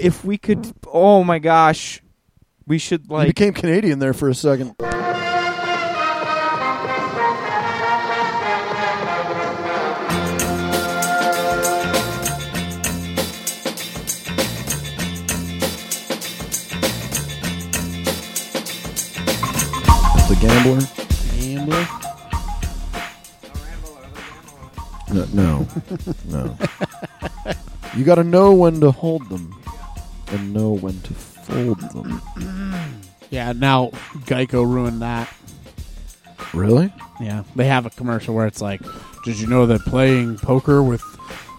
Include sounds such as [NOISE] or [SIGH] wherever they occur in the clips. if we could. Oh my gosh, we should You [LAUGHS] like. became Canadian there for a second. The gambler. Gambler. No, no, no. you got to know when to hold them, and know when to fold them. Yeah, now Geico ruined that. Really? Yeah, they have a commercial where it's like, "Did you know that playing poker with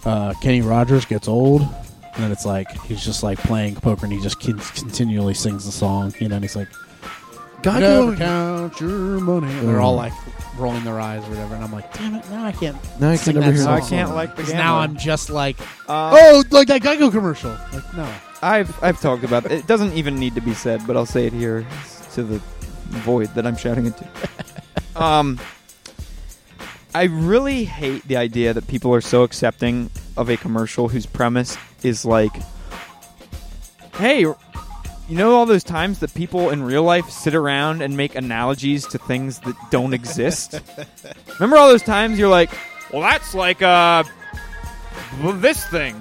uh, Kenny Rogers gets old?" And then it's like he's just like playing poker, and he just con- continually sings the song. You know, and he's like, "Never Geico. Mm. count your money." And they're all like rolling their eyes or whatever, and I'm like, "Damn it, now I can't." Now I can sing never that hear song. that I can't like the 'Cause game. now I'm just like, Uh, "Oh, like that Geico commercial." Like, no, I've I've talked about it. It doesn't even need to be said, but I'll say it here s- to the void that I'm shouting into. um, I really hate the idea that people are so accepting of a commercial whose premise is like, "Hey, you know all those times that people in real life sit around and make analogies to things that don't exist? Remember all those times you're like, well, that's like uh, well, this thing."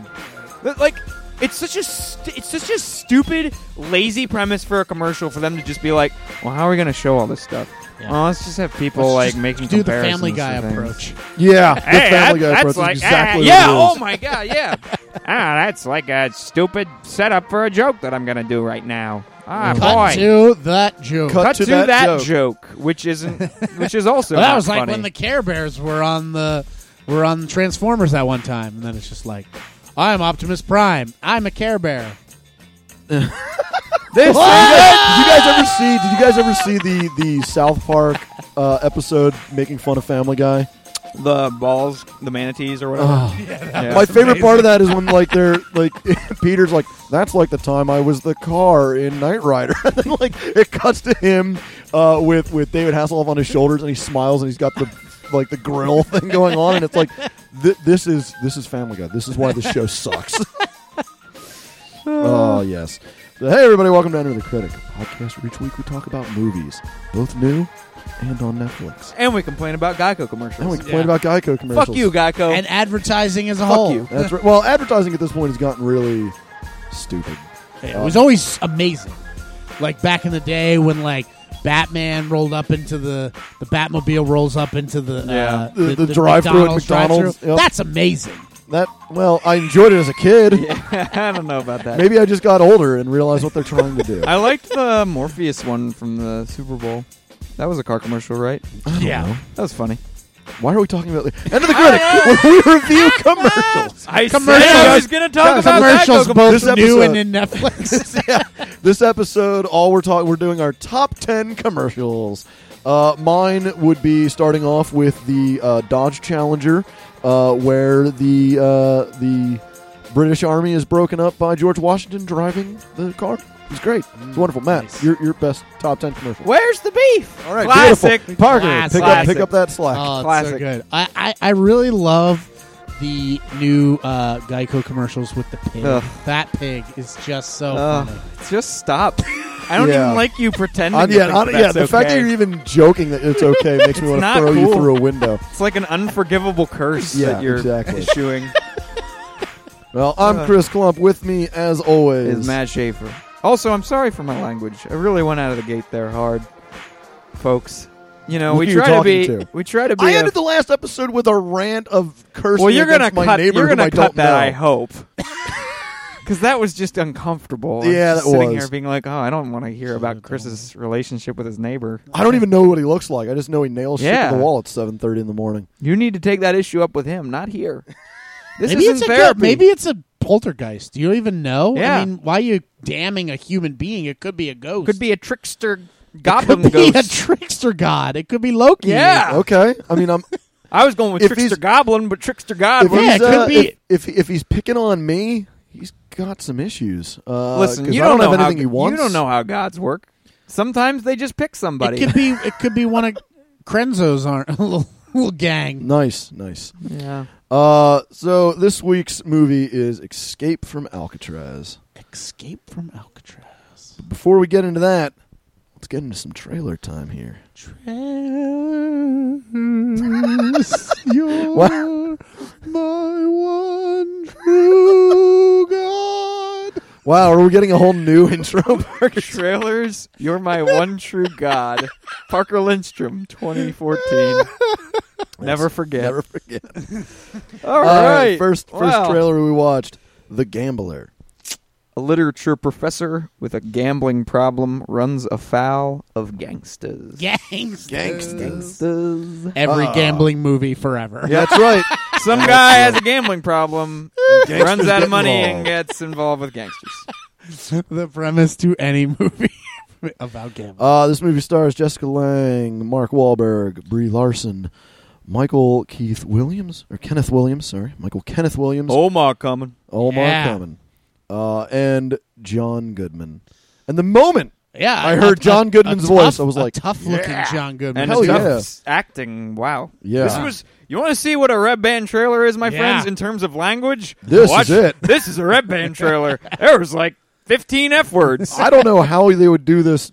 Th- like it's such a st- it's such a stupid lazy premise for a commercial for them to just be like well how are we going to show all this stuff Yeah. well let's just have people Let's like just making do the comparisons Family Guy to things. approach. Yeah, the Hey, Family that- Guy that's approach is like exactly ah, yeah what it oh is. my god yeah ah that's like a stupid setup for a joke that i'm going to do right now ah Cut boy to that joke. Cut Cut to that joke. which isn't which is also Well, that not was like funny. when the Care Bears were on the were on Transformers that one time, and then it's just like, I'm Optimus Prime. I'm a Care Bear. this Did you guys ever see? Did you guys ever see the the South Park uh, episode making fun of Family Guy? the balls the manatees or whatever Yeah. My favorite part of that is when like they're like [LAUGHS] Peter's like that's like the time I was the car in Knight Rider. [LAUGHS] and then, like it cuts to him uh, with with David Hasselhoff on his shoulders and he smiles and he's got the like the grill [LAUGHS] thing going on and it's like th- this is this is Family Guy. This is why the show sucks. [LAUGHS] oh yes. So, hey everybody, welcome to Under the Critic, a podcast where each week we talk about movies, both new and on Netflix. and we complain about geico commercials And we complain about Geico commercials. fuck you geico And advertising as a Fuck whole. you. That's right. Well, advertising at this point has gotten really stupid. It was always amazing. Like back in the day when like Batman rolled up into the the Batmobile rolls up into the Yeah. uh, The- the drive-thru at drive-thru. McDonald's, yep. That's amazing. That well, I enjoyed it as a kid. [LAUGHS] i don't know about that Maybe I just got older and realized what they're trying to [LAUGHS] do. I liked the Morpheus one from the Super Bowl. That was a car commercial, right? yeah. That was funny. Why are we talking about end of the critic? where [LAUGHS] we review commercials. I Commercials. said I was going to talk about Commercials both This episode- new and in [LAUGHS] Netflix. This episode, all we're talking, we're doing our top ten commercials. Uh, mine would be starting off with the uh, Dodge Challenger, uh, where the uh, the British Army is broken up by George Washington driving the car. It's great. It's wonderful. Matt, nice. your your best top ten commercial. Where's the beef? All All right, classic. Uh, beautiful. Parker, Classic. pick up, pick up that slack. Uh, Oh, it's Classic. so good. I, I, I really love the new uh, Geico commercials with the pig. Ugh. That pig is just so Ugh. funny. Just stop. [LAUGHS] I don't Yeah. even like you pretending. Uh, to yeah, think uh, yeah. that's The fact that okay. you're even joking that [LAUGHS] it's okay makes me want to not throw you cool. through a window. it's like an unforgivable curse Yeah, that you're exactly. [LAUGHS] issuing. Well, I'm Uh. Chris Klump. With me, as always, Is Matt Schaefer. Also, I'm sorry for my language. I really went out of the gate there hard, folks. You know, Who we you try to talking be to? we try to be I a- ended the last episode with a rant of cursing Well, you're gonna against my cut. neighbor You're whom gonna I cut don't that. know. I [LAUGHS] hope. Because that was just uncomfortable. I'm Yeah, just that sitting was. here being like, oh, I don't want to hear about Chris's relationship with his neighbor. I don't even know what he looks like. I just know he nails shit Yeah. to the wall at 7:30 in the morning. You need to take that issue up with him, not here. This Maybe isn't it's a therapy. good, maybe it's a poltergeist. Do you even know? I Yeah. mean, why are you damning a human being? It could be a ghost. could be a trickster It could goblin be ghost. a trickster god. It could be Loki. Ah. [LAUGHS] yeah, Okay, I mean, I'm I was going with If trickster he's- goblin, but trickster god. if Yeah, was- he's it could uh, be- if, if if he's picking on me, he's got some issues. Uh, Listen, 'cause you I don't, know have how anything he wants. you don't know how gods work. Sometimes they just pick It somebody. could be [LAUGHS] it could be one of Krenzo's arm, little, little gang. Nice, nice. yeah. Uh, so this week's movie is Escape from Alcatraz. Escape from Alcatraz. Before we get into that, let's get into some trailer time here. [LAUGHS] Trails, you're Wow. my one true God. Wow, are we getting a whole new [LAUGHS] intro? [LAUGHS] Trailers, you're my one true god. Parker Lindstrom, 2014. Never Uh, forget. Never forget. All All right, right, Uh, first first Wow. trailer we watched, The Gambler. A literature professor with a gambling problem runs afoul of gangsters. Gangs. Gangsters. Every Ah. gambling movie forever. [LAUGHS] Yeah, [LAUGHS] that's right. Some guy has a gambling problem, Gangsters runs out get of money, and involved. gets involved with gangsters. the premise to any movie about gambling. Uh, this movie stars Jessica Lange, Mark Wahlberg, Brie Larson, Michael Keith Williams or Kenneth Williams. Sorry, Michael Kenneth Williams, Omar coming. Omar Yeah. Common, uh, and John Goodman. And the moment yeah, I heard John Goodman's voice, I was like, tough looking John Goodman. And Hell it's yeah. tough s- acting. Wow. Yeah. This was. You want to see what a Red Band trailer is, my Yeah. friends, in terms of language? This is Watch- it. [LAUGHS] This is a Red Band [LAUGHS] trailer. there was like 15 F [LAUGHS] words. I don't know how they would do this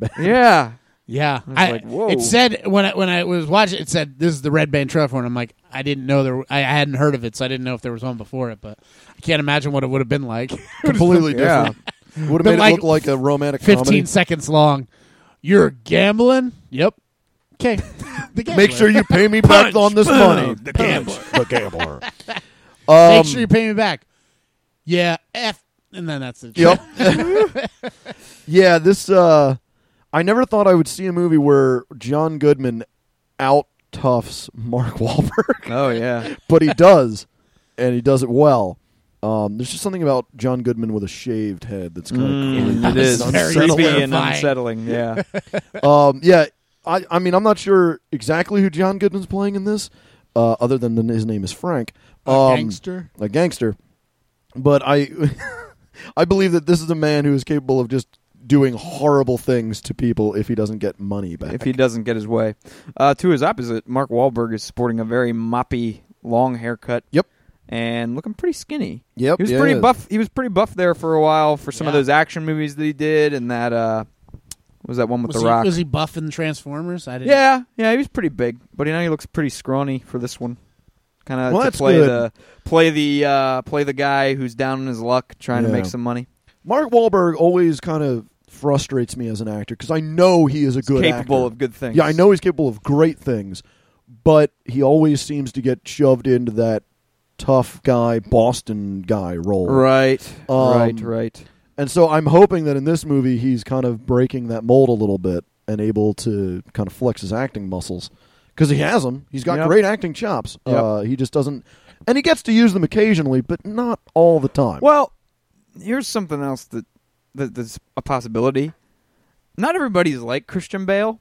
[LAUGHS] band. yeah. Yeah, was I, like, whoa. it said when I when I was watching, it said this is the Red Band Trophy, and I'm like, I didn't know there, I, I hadn't heard of it, so I didn't know if there was one before it, but I can't imagine what it would have been like. Completely Yeah. different. Would have The made like- it look like a romantic 15 comedy. seconds long. You're gambling. Yep. Okay. the gambler. Make sure you pay me back Punch, on this boom, money. the gambler. The gambler. make Um, sure you [LAUGHS] [LAUGHS] pay me back. Yeah. F. And then that's it. Yep. yeah, this uh I never thought I would see a movie where John Goodman out toughs Mark [LAUGHS] Wahlberg, Oh yeah. but he does, and he does it well. Um, there's just something about John Goodman with a shaved head that's kind of Mm, it is It's very creepy and terrifying. unsettling. Yeah. Um, yeah, I, I mean, I'm not sure exactly who John Goodman's playing in this, uh, other than the, his name is Frank, [LAUGHS] A Um, gangster? a gangster. But I, [LAUGHS] I believe that this is a man who is capable of just doing horrible things to people if he doesn't get money back. if he doesn't get his way. Uh, to his opposite, Mark Wahlberg is sporting a very moppy, long haircut. Yep. And looking pretty skinny. Yep, He was yeah. pretty buff. He was pretty buff there for a while for some of Yeah. those action movies that he did, and that uh, what was that one with was, the he, Rock. was he buffing Transformers? I didn't. yeah, yeah, he was pretty big, but now he looks pretty scrawny for this one. Kind of Well, to that's play good. the play the uh, play the guy who's down in his luck, trying to Yeah. make some money. Mark Wahlberg always kind of frustrates me as an actor because I know he is a good capable actor. of good things. Yeah, I know he's capable of great things, but he always seems to get shoved into that tough guy Boston guy role. Right, Um, right, right. And so I'm hoping that in this movie he's kind of breaking that mold a little bit and able to kind of flex his acting muscles because he has them. He's got Yep. great acting chops. Yep. Uh, he just doesn't, and he gets to use them occasionally, but not all the time. Well, here's something else that, that that's a possibility. Not everybody's like Christian Bale,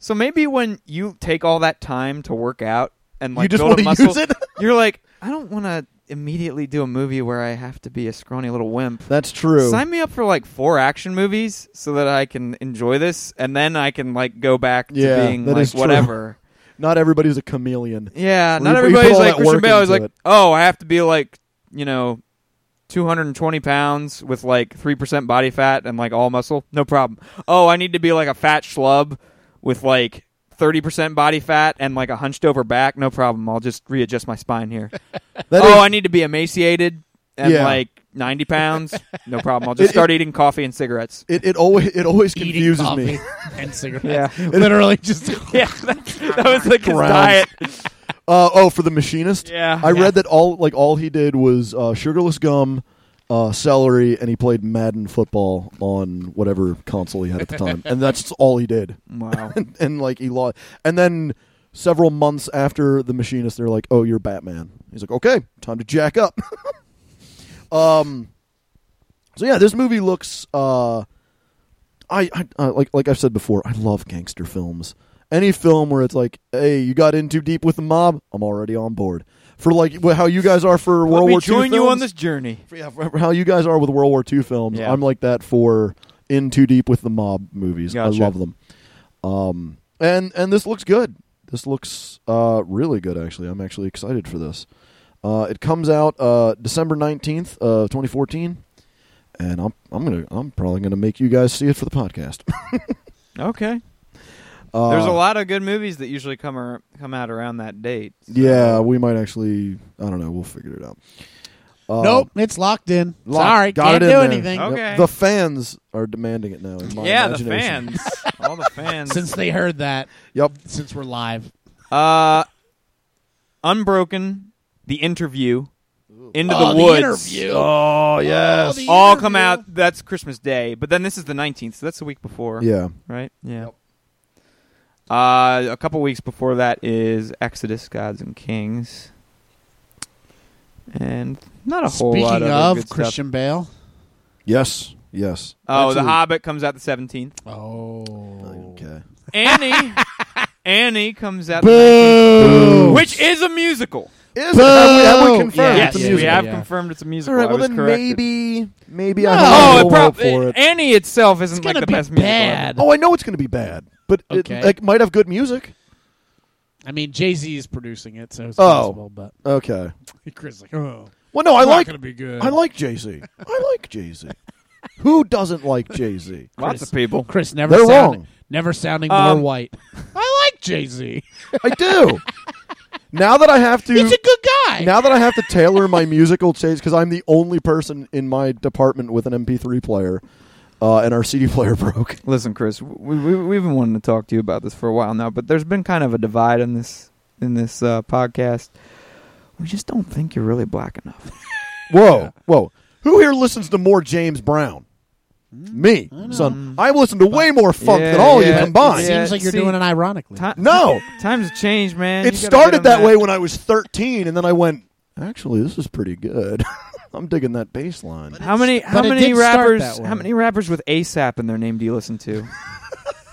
so maybe when you take all that time to work out and like you just build want a to muscle, use it. [LAUGHS] you're like, I don't want to immediately do a movie where I have to be a scrawny little wimp. That's true. Sign me up for like four action movies so that I can enjoy this, and then I can like go back to Yeah, being that like is true. [LAUGHS] whatever. Not everybody's [LAUGHS] a chameleon. Yeah, Where not you- where you put everybody's all like that Christian work Bale. Is into like, it. oh, I have to be like, you know, 220 pounds with like 3% body fat and like all muscle. No problem. Oh, I need to be like a fat schlub with like 30% body fat and like a hunched over back. No problem. I'll just readjust my spine here. That oh, is- I need to be emaciated and Yeah. like 90 [LAUGHS] pounds. No problem. I'll just It- start eating coffee and cigarettes. it, it always it always Eating confuses coffee me. And Yeah. cigarettes. [LAUGHS] Literally just. [LAUGHS] Yeah, that, that was like his Grounds. diet. Uh, oh, for the machinist. Yeah. I Yeah. read that all like all he did was uh, sugarless gum, uh, celery, and he played Madden football on whatever console he had at [LAUGHS] the time, and that's all he did. Wow. and, and like he lost. And then several months after the machinist, they're like, "Oh, you're Batman." He's like, "Okay, time to jack up." [LAUGHS] um. So yeah, this movie looks. Uh, I, I uh, like like I've said before, I love gangster films. Any film where it's like, "Hey, you got in too deep with the mob," I'm already on board. For like wh- how you guys are for Let World me War join II you on films- this journey. for- yeah, for- for how you guys are with World War II films. Yeah. I'm like that for in too deep with the mob movies. Gotcha. I love them. Um, and and this looks good. This looks uh, really good. Actually, I'm actually excited for this. Uh, it comes out uh, December nineteenth of twenty fourteen, and I'm I'm gonna I'm probably gonna make you guys see it for the podcast. [LAUGHS] Okay. Uh, There's a lot of good movies that usually come ar- come out around that date. so- Yeah, Uh, we might actually. I don't know. We'll figure it out. Uh, nope, it's locked in. Locked. Sorry, Got can't it do in there. anything. Nope. Okay. The fans are demanding it now. In my yeah, the imagination. fans, all the fans. Since they heard that, Yep. since we're live, uh, Unbroken, The Interview, Into Oh, the Woods, interview. Oh yes. the all come interview. out. That's Christmas Day, but then this is the 19th, so that's the week before. Yeah. Right. Yeah. Uh, a couple weeks before that is Exodus: Gods and Kings, and not a whole Speaking lot of, other of good stuff. Christian Bale, Yes. Yes. Oh, Actually- The Hobbit comes out the 17th. oh, Okay. Annie, [LAUGHS] Annie comes out, the 19th, boo, which is a musical. Is it? Have we, have we confirmed? yes, it's a yeah, we musical? have yeah. confirmed it's a musical. All right. I Well, was then corrected. maybe maybe I No. have a Oh, little it hope prob- for it. Annie itself isn't It's like the gonna be best musical. bad. ever. Oh, I know it's going to be bad, but Okay. it like might have good music. I mean, Jay Z is producing it, so it's Oh. possible. But [LAUGHS] Okay. Chris, is like, oh, Well, no, I it's not like gonna be good. I like Jay Z. I like Jay Z. Who doesn't like Jay Z? Lots Chris. of people. Chris. Never They're sound- wrong. Never sounding Um, more white. I like Jay Z. I do. now that I have to, He's a good guy. now that I have to tailor my musical taste because I'm the only person in my department with an MP3 player, uh, and our CD player [LAUGHS] broke. Listen, Chris, we, we, we've been wanting to talk to you about this for a while now, but there's been kind of a divide in this in this uh, podcast. We just don't think you're really black enough. Whoa, whoa! Who here listens to more James Brown? Hmm? Me, son. I listen to way more funk than Yeah, all yeah, you combined. Seems Yeah, like you're see- doing it ironically. Ti- No, times have changed, man. You it gotta get started on that way when I was 13, and then I went. Actually, this is pretty good. [LAUGHS] I'm digging that bass line. How many But how it many did start rappers that way. how many rappers with ASAP in their name do you listen [LAUGHS] to?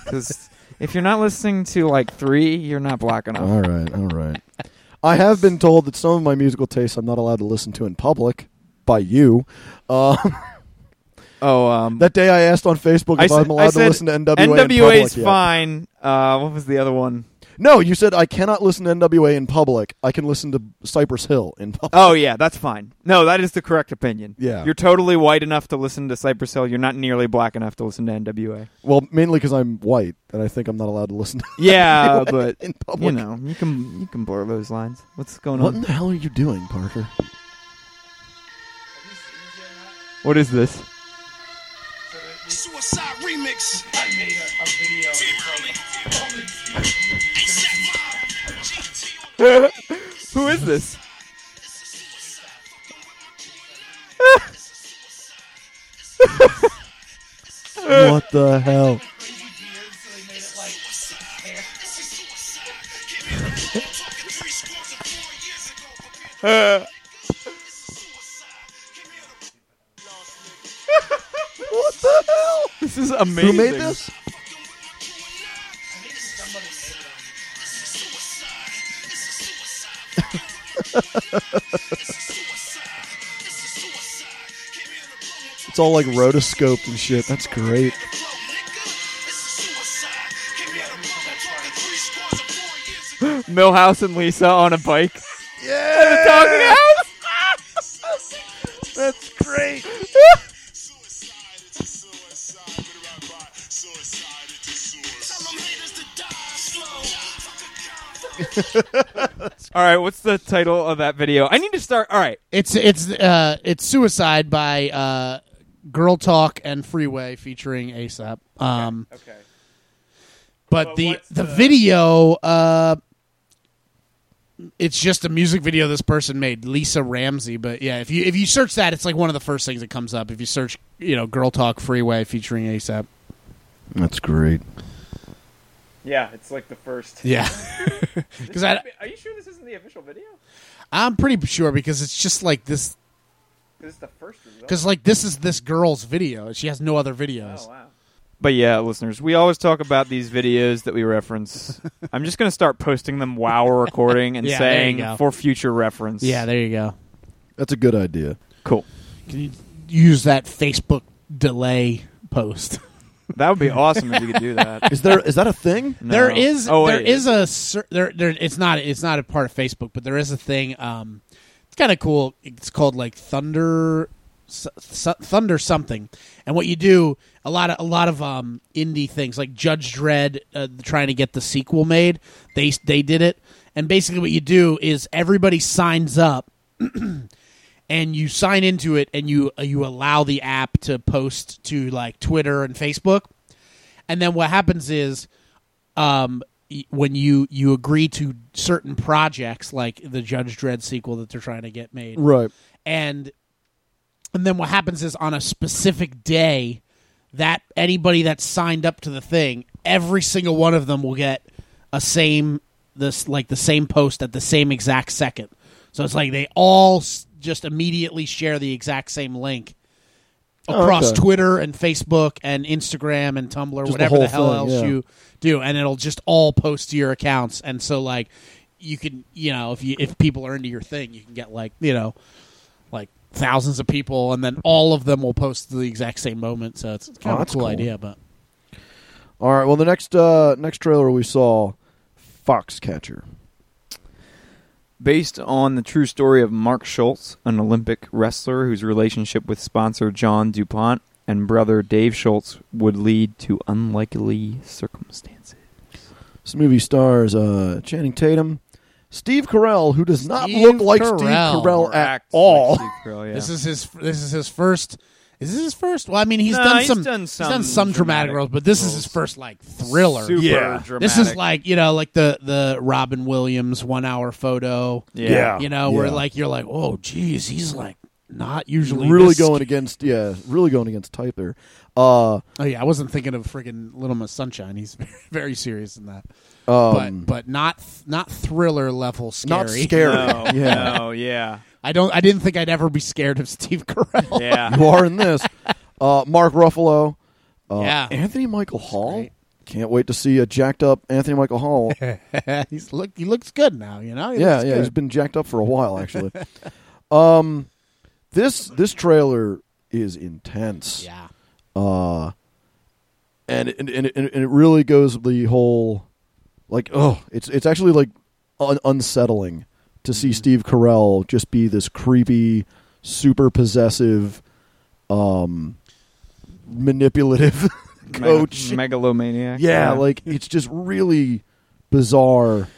Because if you're not listening to like three, you're not black enough. All right, all right. I have been told that some of my musical tastes I'm not allowed to listen to in public by you. Uh, Oh, um, [LAUGHS] that day I asked on Facebook I if sa- I'm allowed I to said listen to NWA. in NWA is public yet. fine. Uh, what was the other one? No, you said I cannot listen to NWA in public. I can listen to Cypress Hill in public. Oh yeah, that's fine. No, that is the correct opinion. Yeah. you're totally white enough to listen to Cypress Hill. You're not nearly black enough to listen to NWA. Well, mainly because I'm white and I think I'm not allowed to listen to [LAUGHS] Yeah, NWA but in public. you know you can you can blur those lines. What's going Oh, What in on? the hell are you doing, [LAUGHS] Parker? What is this? Suicide remix. I made a, a video. [LAUGHS] Who is this? what the hell? What the hell? This is amazing. Who made this? [LAUGHS] It's all like rotoscoped and shit. That's great. Millhouse and Lisa on a bike. Yeah, that's great. All right, what's the title of that video? I need to start. All right, It's it's uh it's suicide by uh Girl Talk and Freeway featuring ASAP. Um okay. but, But the, what's the the- video uh it's just a music video this person made, Lisa Ramsey. But yeah, if you if you search that, it's like one of the first things that comes up. If you search, you know, Girl Talk Freeway featuring ASAP. That's great. Yeah, it's like the first. Yeah. [LAUGHS] Cuz I Are you sure this isn't the official video? I'm pretty sure because it's just like this Because it's the first result. Oh, cuz like this is this girl's video. She has no other videos. wow. But yeah, listeners, we always talk about these videos that we reference. [LAUGHS] I'm just going to start posting them while we're recording and Yeah, there you saying go. for future reference. Yeah, there you go. That's a good idea. cool. Can you use that Facebook delay post? That would be [LAUGHS] awesome if you could do that. Is there is that [LAUGHS] a thing? No. There is oh, there wait. is a cer- there there it's not it's not a part of Facebook, but there is a thing um It's kind of cool. It's called like Thunder, S- S- Thunder something. And what you do, a lot of a lot of um, indie things like Judge Dredd, uh, trying to get the sequel made. They they did it, and basically what you do is everybody signs up and you sign into it and you uh, you allow the app to post to like Twitter and Facebook. And then what happens is um y- when you you agree to certain projects like the Judge Dredd sequel that they're trying to get made. Right. And and then what happens is on a specific day that anybody that's signed up to the thing, every single one of them will get a same this like the same post at the same exact second. So it's like they all s- just immediately share the exact same link across Oh, okay. Twitter and Facebook and Instagram and Tumblr, whatever whole the hell thing, else yeah. you do, and it'll just all post to your accounts. And so like you can you know if you if people are into your thing, you can get like you know like thousands of people, and then all of them will post to the exact same moment. So it's kind Oh, of a that's cool, cool. idea, but All right. Well, the next uh, next trailer we saw, Foxcatcher. Based on the true story of Mark Schultz, an Olympic wrestler whose relationship with sponsor John DuPont and brother Dave Schultz would lead to unlikely circumstances. This movie stars uh, Channing Tatum, Steve Carell, who does not Steve look like Steve Carell. Carell at all. this is his this is his first. Is this his first? Well, I mean, he's No, done he's some done he's some done some dramatic, dramatic roles, but this is his roles. first like thriller. Super Yeah. dramatic. This is like you know, like the the Robin Williams one hour photo. Yeah. You know, where Yeah. like you're like, oh, geez, he's like not usually really this- going against yeah, really going against type there. Uh, Oh yeah, I wasn't thinking of friggin' Little Miss Sunshine. He's [LAUGHS] very serious in that, um, but but not not thriller level scary. not scary. [LAUGHS] [LAUGHS] No, yeah, Oh, yeah. I don't. I didn't think I'd ever be scared of [LAUGHS] Steve Carell. [LAUGHS] Yeah. you are in this. Uh, Mark Ruffalo, uh, Yeah. Anthony Michael Hall. great. Can't wait to see a jacked up Anthony Michael Hall. [LAUGHS] he's look. He looks good now. You [LAUGHS] know. He yeah, looks yeah, good. he's been jacked up for a while actually. um, this this trailer is intense. yeah. uh, and and, and, and and it really goes the whole like oh it's it's actually like un- unsettling to see Steve Carell just be this creepy, super possessive, um, manipulative [LAUGHS] coach. Megalomaniac. yeah, like it's just really bizarre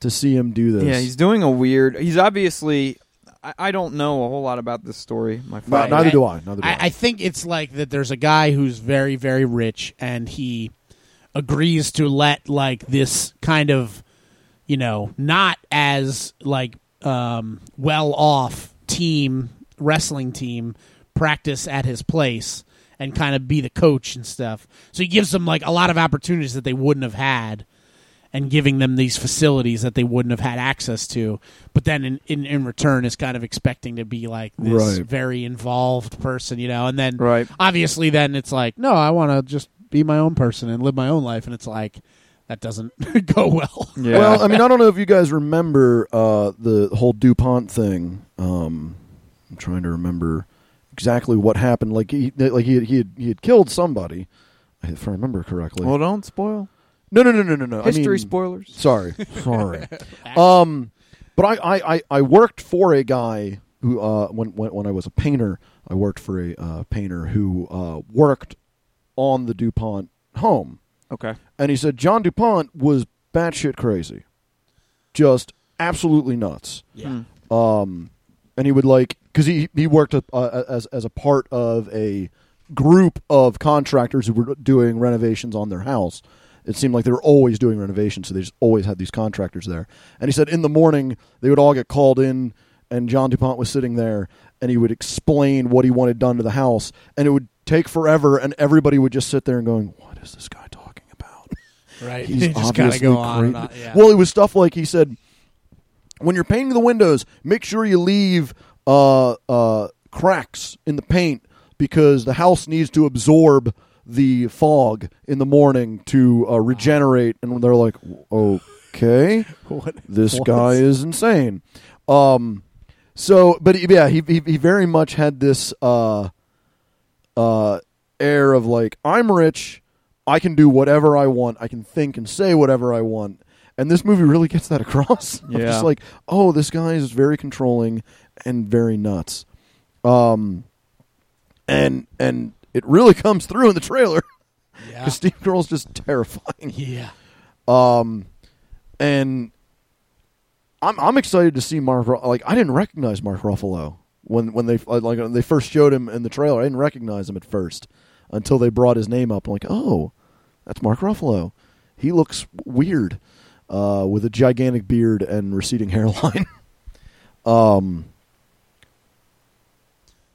to see him do this. Yeah, he's doing a weird. He's obviously. I, I don't know a whole lot about this story. My No, friend. neither Right. do I. Neither do I. I, I think it's like that there's a guy who's very, very rich and he agrees to let like this kind of you know, not as like um well off team wrestling team practice at his place and kind of be the coach and stuff. So he gives them like a lot of opportunities that they wouldn't have had and giving them these facilities that they wouldn't have had access to. But then in, in, in return is kind of expecting to be like this Right. very involved person, you know, and then Right. obviously then it's like, no, I want to just be my own person and live my own life. And it's like, that doesn't [LAUGHS] go well. Yeah. Well, I mean, I don't know if you guys remember uh, the whole DuPont thing. Um, I'm trying to remember exactly what happened. Like he, like he, had, he had he had killed somebody, if I remember correctly. well, don't spoil no, no, no, no, no, no. I history mean, spoilers. [LAUGHS] Sorry, sorry. um, but I, I, I, I worked for a guy who uh, when, when when I was a painter, I worked for a uh, painter who uh, worked on the DuPont home Okay. and he said John DuPont was batshit crazy, just absolutely nuts. Yeah. Um, and he would like because he he worked uh, uh, as as a part of a group of contractors who were doing renovations on their house. It seemed like they were always doing renovations, so they just always had these contractors there. And he said in the morning they would all get called in, and John DuPont was sitting there, and he would explain what he wanted done to the house, and it would take forever, and everybody would just sit there and going, "What is this guy talking about?" Right. He's You [LAUGHS] just gotta obviously go on and crazy. on. Yeah. Well, it was stuff like he said, when you're painting the windows, make sure you leave uh, uh, cracks in the paint because the house needs to absorb the fog in the morning to uh, regenerate. And they're like, okay, [LAUGHS] What- this what? guy is insane. Um, so, but he- yeah, he, he he very much had this uh, uh, air of like, I'm rich, I can do whatever I want, I can think and say whatever I want, and this movie really gets that across. [LAUGHS] Of Yeah. just like, oh, this guy is very controlling and very nuts. Um, and and it really [LAUGHS] comes through in the trailer Yeah. because Steve Carell's just terrifying. yeah. Um, and I'm I'm excited to see Mark. Ru- Like I didn't recognize Mark Ruffalo when when they uh, like when they first showed him in the trailer. I didn't recognize him at first until they brought his name up. I'm like, oh, that's Mark Ruffalo. He looks weird uh, with a gigantic beard and receding [LAUGHS] hairline. um.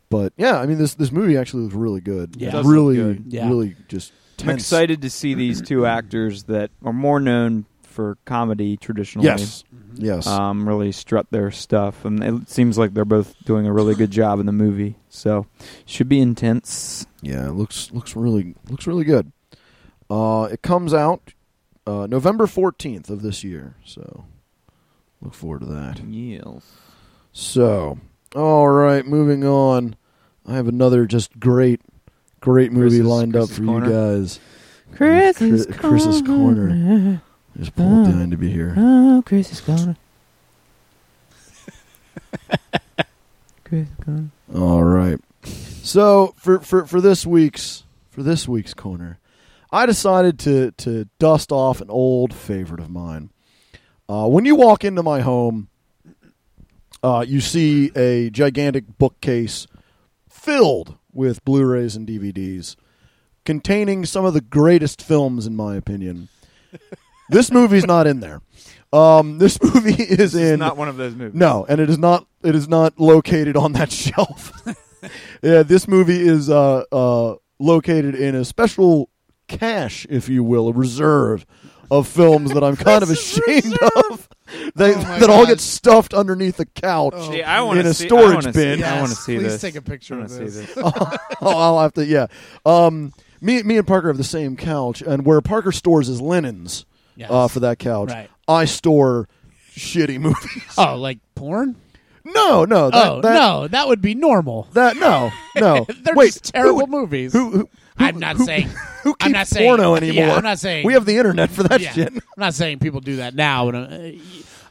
But yeah, I mean this this movie actually looks really good. Yeah. It does look really, good. Yeah. really just. I'm Tense. excited to see these two actors that are more known for comedy traditionally. Yes. Yes. Uh, Um, really strut their stuff, and it seems like they're both doing a really good job in the movie. So, should be intense. Yeah, it looks looks really looks really good. Uh, it comes out uh, November fourteenth of this year, so look forward to that. Yes. So, all right, moving on. I have another just great, great movie Chris's- lined up Chris's for Corner? you guys. Chris's Chris- Chris's corner. Just pull it down to be here. Oh, Chris's corner. Chris's corner. All right. So for, for, for this week's for this week's corner, I decided to to dust off an old favorite of mine. Uh, when you walk into my home, uh, you see a gigantic bookcase filled with Blu-rays and DVDs containing some of the greatest films, in my opinion. this movie's not in there. Um, this [LAUGHS] movie is in Not one of those movies. no, and it is not. It is not located on that [LAUGHS] [LAUGHS] shelf. yeah, this movie is uh, uh, located in a special cache, if you will, a reserve of films [LAUGHS] that I'm kind of ashamed of. They Oh my that all gosh. get stuffed underneath the couch. Oh. See, I want In a to see, storage I wanna see- bin. I want to Yes, see please this. take a picture I wanna of see this. oh, [LAUGHS] I'll have to. Yeah. Um, me, me and Parker have the same couch, and where Parker stores his linens Yes. uh, for that couch, Right. I store shitty [LAUGHS] movies. Oh, like porn? No, no. That, oh that, no, that would be normal. That no, no. [LAUGHS] They're Wait, just terrible who- movies. Who, who, I'm not who- saying. who keeps I'm not saying porno anymore? Yeah, I'm not saying. we have the internet for that yeah, shit. [LAUGHS] I'm not saying people do that now. And a,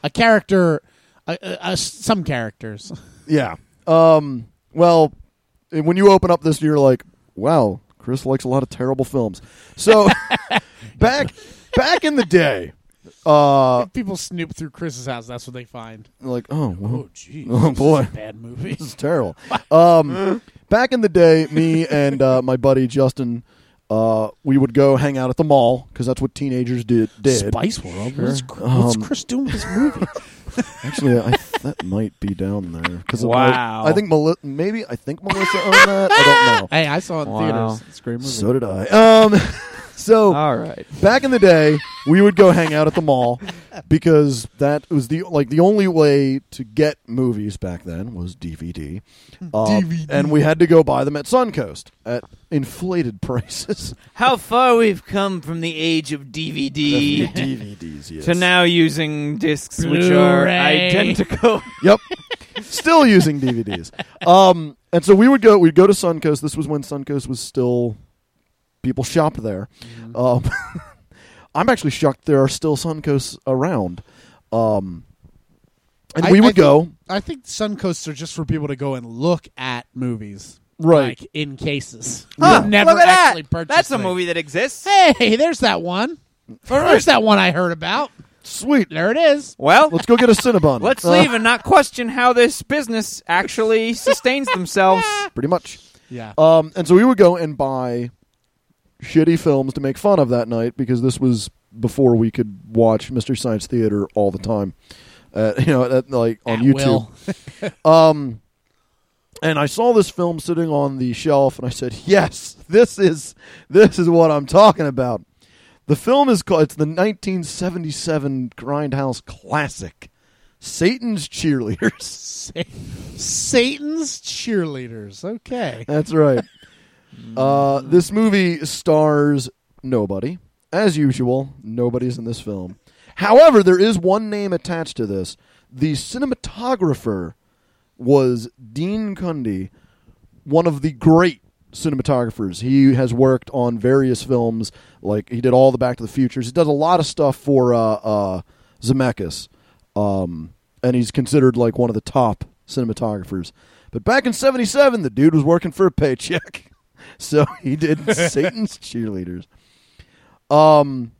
a character, a, a, a- some characters. [LAUGHS] Yeah. Um. Well, and when you open up this, you're like, wow, Chris likes a lot of terrible films. So [LAUGHS] back back in the day, uh, People snoop through Chris's house. That's what they find. like oh, well, Oh, jeez. Oh, boy. This is a bad movie. This is terrible. Um, back in the day, me and uh, my buddy Justin, uh, we would go hang out at the mall because that's what teenagers did. did. Spice World. What's, Chris- Um, what's Chris doing with this movie? [LAUGHS] Actually, I, that might be down there. 'cause of- Wow. I think Meli- maybe I think Melissa owned that. I [LAUGHS] don't know. hey, I saw it in Wow. theaters. It's a great movie. So did I. Um, [LAUGHS] so All right. back in the day, we would go hang out at [LAUGHS] the mall because that was the like the only way to get movies back then [LAUGHS] was DVD. Uh, DVD. and we had to go buy them at Suncoast at inflated [LAUGHS] prices. How far we've come from the age of [LAUGHS] DVD DVDs, yes. E. to now using discs which are Blu-ray. [LAUGHS] identical. Yep. Still using DVDs. Um, and so we would go. We'd go to Suncoast. This was when Suncoast was still people shopped there. Mm-hmm. Um, [LAUGHS] I'm actually shocked there are still Suncoasts around. Um, and I- we would I think- go I think Suncoasts are just for people to go and look at movies. right. Like in cases. Huh, You'll never look at actually that. purchase That's a things. movie that exists. Hey, there's that one. All right, There's that one I heard about. sweet. There it is. Well, Let's go get a [LAUGHS] Cinnabon. let's Uh, leave and not question how this business [LAUGHS] actually sustains themselves. pretty much. Yeah. Um, and so we would go and buy shitty films to make fun of that night because this was before we could watch Mr. Science Theater all the time. Uh, [LAUGHS] you know, at, like on At YouTube. [LAUGHS] will. Um, and I saw this film sitting on the shelf, and I said, "Yes, this is this is what I'm talking about." The film is called it's the 1977 Grindhouse classic, Satan's Cheerleaders. [LAUGHS] Sa- Satan's cheerleaders. Okay. That's right. uh, this movie stars nobody, as usual. Nobody's in this film. However, there is one name attached to this. The cinematographer was Dean Cundy, one of the great cinematographers. He has worked on various films, like he did all the Back to the Futures. He does a lot of stuff for uh, uh, Zemeckis, um, and he's considered like one of the top cinematographers. But back in 77, the dude was working for a paycheck. [LAUGHS] So he did Satan's Cheerleaders. Um,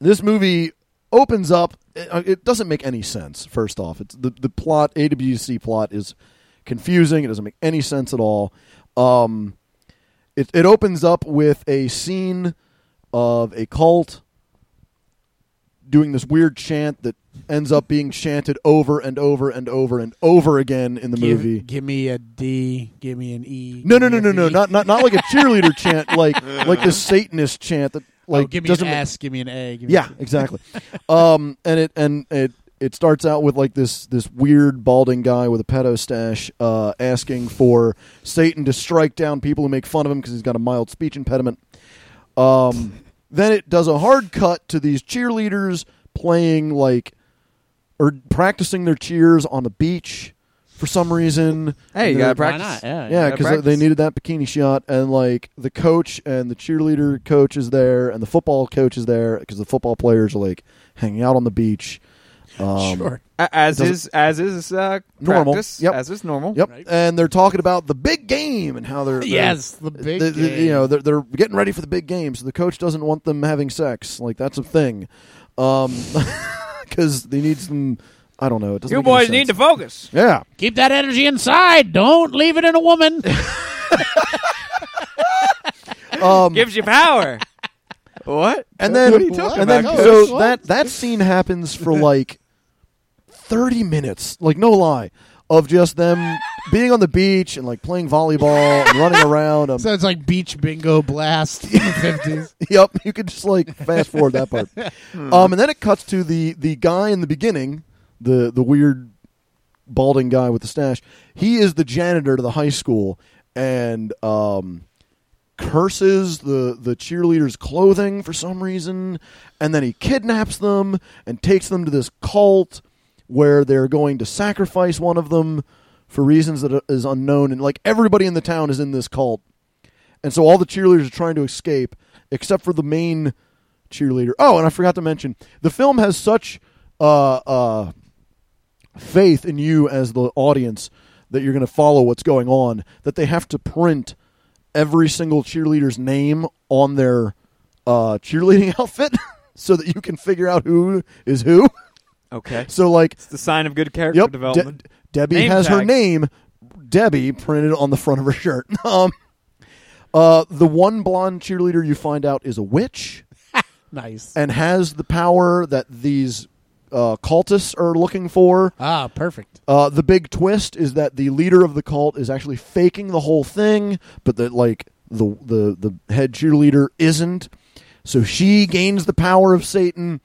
this movie opens up. It, it doesn't make any sense. First off, it's the the plot AWC plot is confusing. It doesn't make any sense at all. Um, it it opens up with a scene of a cult doing this weird chant that ends up being chanted over and over and over and over again in the give, movie. Give me a D. Give me an E. No, give no, me no, a no, no, B. not not not like a cheerleader chant, like like [LAUGHS] this Satanist chant that Oh, like give me doesn't an make- S. Give me an A. Give me yeah, a- exactly. um, and it and it it starts out with like this this weird balding guy with a pedo stash uh, asking for Satan to strike down people who make fun of him because he's got a mild speech impediment. Um, then it does a hard cut to these cheerleaders playing like or practicing their cheers on the beach for some reason. Hey, you They're- gotta Why practice. not? Yeah. yeah, Uh, gotta because they practice. needed that bikini shot, and like the coach and the cheerleader coach is there, and the football coach is there because the football players are like hanging out on the beach. Um, sure. A- As It doesn't- is as is uh, Normal. Practice, Yep. As is normal. Yep, Right. and they're talking about the big game and how they're, they're- Yes, the big. they- they- game. you know they're, they're getting ready for the big game, so the coach doesn't want them having sex. Like that's a thing, [LAUGHS] because they need some. I don't know. It doesn't You make any boys need to sense. focus. Yeah, keep that energy inside. Don't leave it in a [LAUGHS] woman. Gives you power. what? and then what are you talking and then about? Coach? so What? that that scene [LAUGHS] happens for like 30 minutes like no lie of just them being on the beach and like playing volleyball and running around um, Sounds like beach bingo blast in the fifties. [LAUGHS] yep you could just like fast forward that part um and then it cuts to the the guy in the beginning the the weird balding guy with the stash he is the janitor to the high school and um curses the the cheerleaders' clothing for some reason, and then he kidnaps them and takes them to this cult where they're going to sacrifice one of them for reasons that is unknown. And like everybody in the town is in this cult, and so all the cheerleaders are trying to escape except for the main cheerleader. Oh, and I forgot to mention the film has such uh uh faith in you as the audience that you're going to follow what's going on that they have to print every single cheerleader's name on their uh, cheerleading [LAUGHS] outfit so that you can figure out who is who Okay. so like It's the sign of good character yep De- development. debbie Name has her tag. name debbie printed on the front of her shirt [LAUGHS] um uh, the one blonde cheerleader you find out is a witch [LAUGHS] nice. and has the power that these uh, cultists are looking for Ah, perfect. Uh, the big twist is that the leader of the cult is actually faking the whole thing, but that like the the the head cheerleader isn't. So she gains the power of Satan,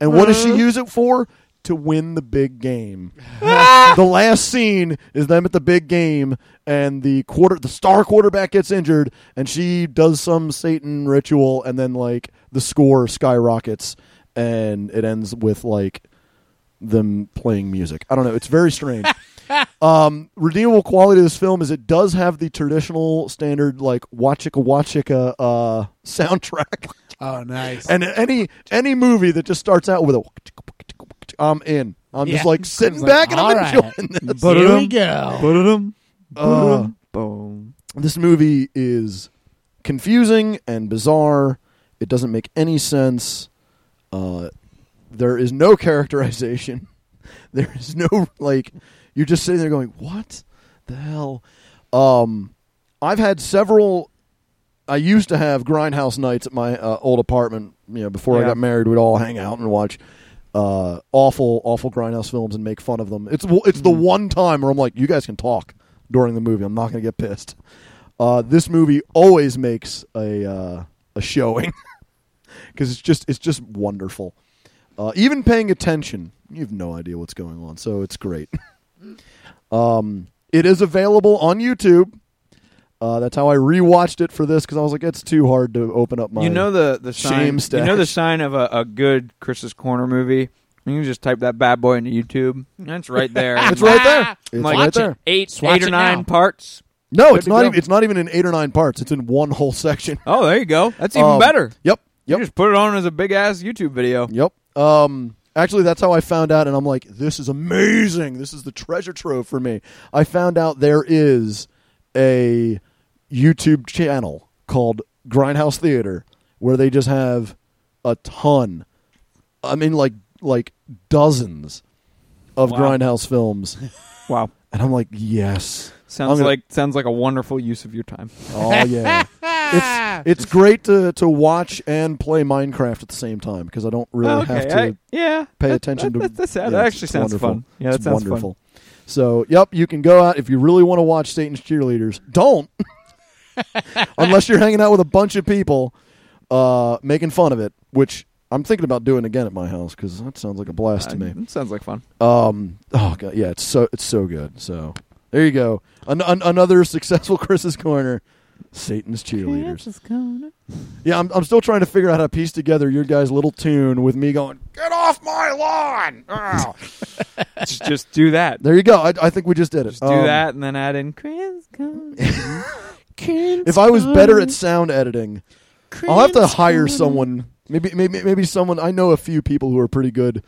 and what does she use it for? To win the big game. the last scene is them at the big game, and the quarter the star quarterback gets injured, and she does some Satan ritual, and then like the score skyrockets, and it ends with like them playing music. I don't know. It's very strange. [LAUGHS] um, redeemable quality of this film is it does have the traditional standard like Wachika Wachika uh, soundtrack, Oh, nice. and any any movie that just starts out with a I'm in. I'm just Yeah. like sitting It's like, back and all I'm right. enjoying this. Here we go. Boom. Uh, Boom. this movie is confusing and bizarre. It doesn't make any sense. Uh, there is no [LAUGHS] characterization. [LAUGHS] There is no like. You're just sitting there going, "What the hell?" Um, I've had several. I used to have grindhouse nights at my uh, old apartment. You know, before I Yeah. got married, we'd all hang out and watch uh, awful, awful grindhouse films and make fun of them. It's it's the one time where I'm like, "You guys can talk during the movie. I'm not going to get pissed." Uh, this movie always makes a uh, a showing [LAUGHS] because it's just it's just wonderful. Uh, even paying attention, you have no idea what's going on, so it's great. [LAUGHS] um, it is available on YouTube. Uh, that's how I rewatched it for this because I was like, it's too hard to open up my. You know the the sign. shame You know the stash. sign of a, a good Chris's Corner movie. You can just type that bad boy into YouTube. That's right [LAUGHS] there. it's right there. It's Like, right watch there. Eight, Just watch eight it or nine now. parts. No, Good it's to not. go. Even, it's not even in eight or nine parts. It's in one whole [LAUGHS] section. Oh, there you go. That's even Um, better. Yep. You Yep. just put it on as a big ass YouTube video. Yep. Um, Actually, that's how I found out, and I'm like, this is amazing. This is the treasure trove for me. I found out there is a YouTube channel called Grindhouse Theater where they just have a ton. I mean, like like dozens of Wow. Grindhouse [LAUGHS] films, Wow. and I'm like, yes. I'm Sounds gonna- like sounds like a wonderful use of your time. Oh yeah, [LAUGHS] it's it's great to to watch and play Minecraft at the same time because I don't really have to Oh, I- yeah. pay that- that- attention to. that- that's- yeah, that it's- actually it's sounds wonderful. fun. Yeah, that it's sounds wonderful. So, yep, you can go out if you really want to watch Satan's Cheerleaders. Don't, [LAUGHS] unless you're hanging out with a bunch of people uh, making fun of it, which I'm thinking about doing again at my house because that sounds like a blast fun. to me. Uh, sounds like fun. Um, oh god, yeah, it's so it's so good. So there you go, an- an- another successful [LAUGHS] Chris's corner. Satan's cheerleaders. Yeah, I'm, I'm still trying to figure out how to piece together your guys' little tune with me going, "Get off my lawn!" Ow. just, just do [LAUGHS] that. there you go. I, I think we just did it. Just do Um, that and then add in Chris. [LAUGHS] Cone. If I was better at sound editing, I'll have to hire someone. Maybe maybe maybe someone. I know a few people who are pretty good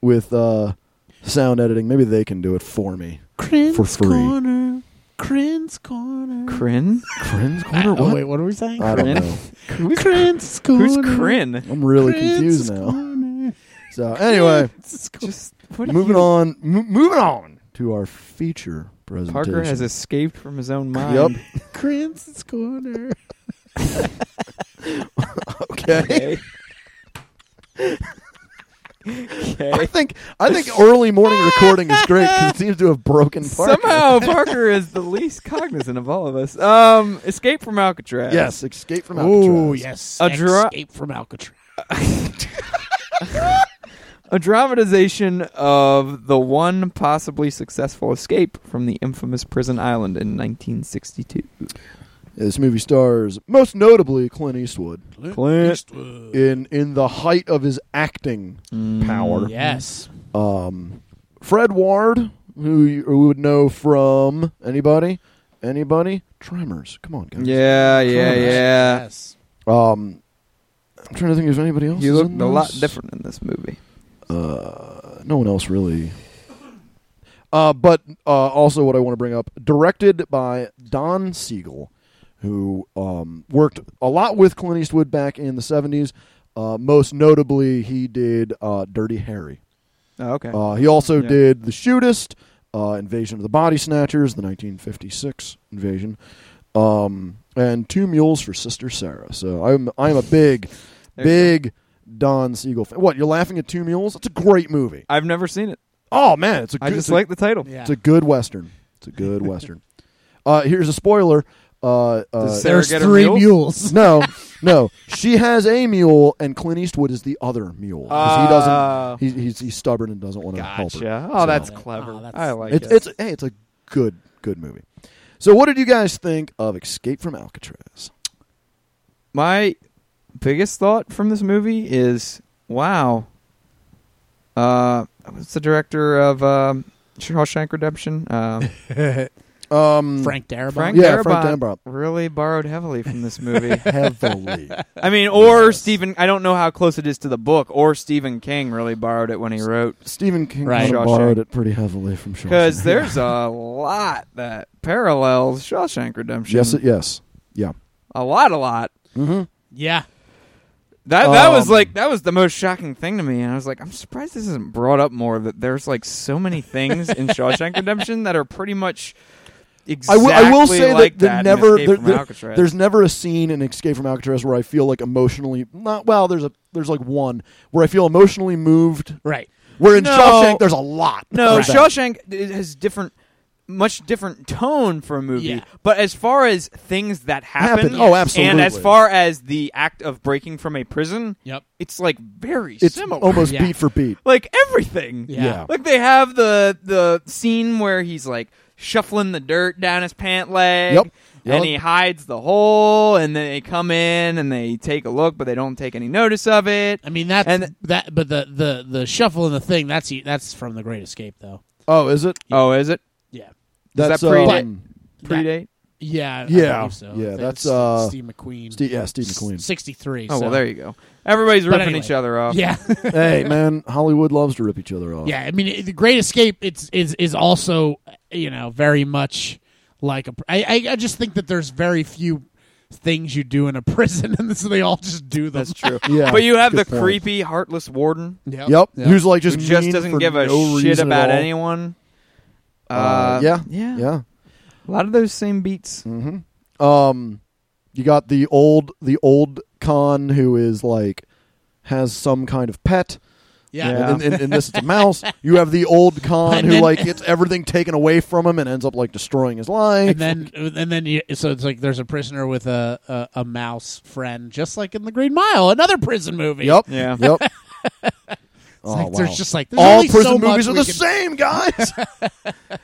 with uh, sound editing. Maybe they can do it for me Crin's For free. Corner. Crin's Corner. Crin? Crin's corner. Oh, What? Uh, wait, what are we saying? I don't Crin? know. Who's, Crin's Corner. who's Crin? I'm really Crin's confused now. Corner. So anyway, Crin's Corner. Just what [LAUGHS] moving on. Mo- moving on to our feature presentation. Parker has escaped from his own mind. Yep. Crin's Corner. [LAUGHS] Okay. [LAUGHS] Okay. I okay. think I think early morning recording is great because it seems to have broken Parker. Somehow Parker is the least cognizant of all of us. Um, escape from Alcatraz. Yes, escape from Alcatraz. Oh, yes. A dra- Escape from Alcatraz. A dramatization of the one possibly successful escape from the infamous prison island in 1962. This movie stars most notably Clint Eastwood Clint. Eastwood. in in the height of his acting Mm, power. Yes. Um, Fred Ward, who you who would know from anybody, anybody, Tremors. Come on, guys. Yeah, yeah, Tremors. yeah. Yes. Um, I'm trying to think if anybody else. You is looked in a lot this. different in this movie. Uh, no one else really. Uh, but uh, also, what I want to bring up, directed by Don Siegel, who um, worked a lot with Clint Eastwood back in the '70s. Uh, most notably, he did uh, Dirty Harry. Oh, okay. Uh, he also Yeah. did The Shootist, uh, Invasion of the Body Snatchers, the 1956 invasion, um, and Two Mules for Sister Sarah. So I'm I'm a big, [LAUGHS] There you go. big Don Siegel fan. What you're laughing at Two Mules? It's a great movie. I've never seen it. Oh man, it's a I good, just it's a- like the title. Yeah. it's a good western. It's [LAUGHS] a good western. Uh, here's a spoiler. Uh, uh, Does Sarah There's get her three mule? [LAUGHS] mules. no, no, she has a mule, and Clint Eastwood is the other mule 'cause he doesn't. Ah. He, he's, he's stubborn and doesn't want to help her. Gotcha. Oh, So- that's Yeah. clever. Oh, that's- I like It's it. it's hey, it's a good good movie. So, what did you guys think of Escape from Alcatraz? My biggest thought from this movie is wow. Uh, what's the director of um, Shawshank Redemption? [LAUGHS] Um, Um, [LAUGHS] Frank Darabont. Frank Yeah, Frank Darabont Darabont. really borrowed heavily from this [LAUGHS] movie. [LAUGHS] heavily. I mean, or Yes. Stephen. I don't know how close it is to the book, or Stephen King really borrowed it when he wrote. Stephen King Right. kinda Shawshank. borrowed it pretty heavily from Shawshank. Because [LAUGHS] there's a lot that parallels Shawshank Redemption. yes, it- yes, yeah. a lot, a lot. Mm-hmm. Yeah. That that was Um, like that was the most shocking thing to me, and I was like, I'm surprised this isn't brought up more. That there's like so many things in [LAUGHS] Shawshank Redemption that are pretty much I exactly will- I will say that like there in never- Escape there- from there- Alcatraz. There's never a scene in Escape from Alcatraz where I feel like emotionally not well. There's a there's like one where I feel emotionally moved. Right. Where in No. Shawshank, there's a lot. No, of that. Shawshank it has different, much different tone for a movie. Yeah. But as far as things that happen, Happen. Oh, absolutely. and as far as the act of breaking from a prison, Yep. it's like very it's similar. almost Yeah. beat for beat. like everything. Yeah. Yeah. Like they have the the scene where he's like shuffling the dirt down his pant leg. Yep. Yep. And he hides the hole, and then they come in and they take a look, but they don't take any notice of it. I mean that's And- that, but the the the shuffle and the thing that's e, that's from The Great Escape though. Oh, is it? Oh, is it? Yeah, Does That's that predate- um, That- Predate? Yeah, I Yeah, believe so. yeah, I think that's, it's uh, Steve McQueen. Steve, yeah, Steve McQueen. sixty-three. Oh well, so- there you go. Everybody's But ripping anyway. each other off. Yeah, [LAUGHS] hey, man, Hollywood loves to rip each other off. yeah. I mean, it- the Great Escape it's, is is also you know very much like a. pr- I I- I just think that there's very few things you do in a [LAUGHS] prison, and so they all just do them. that's true. Yeah, but you have the good point. creepy, heartless warden Yep. Yep, Yeah. who's like who just just mean doesn't for give a no shit reason at about all. anyone. Uh, Uh, yeah, yeah, yeah. A lot of those same beats. Mm-hmm. Um, you got the old the old con who is like has some kind of pet. Yeah. Yeah. And, and, and this [LAUGHS] it's a mouse. You have the old con And who then- like gets everything taken away from him and ends up like destroying his life. And then, [LAUGHS] and then, you, so it's like there's a prisoner with a, a a mouse friend, just like in the Green Mile, another prison movie. yep, Yeah. yep. It's oh, like wow. There's just like there's all only prison so much movies are we the can- same, [LAUGHS] guys,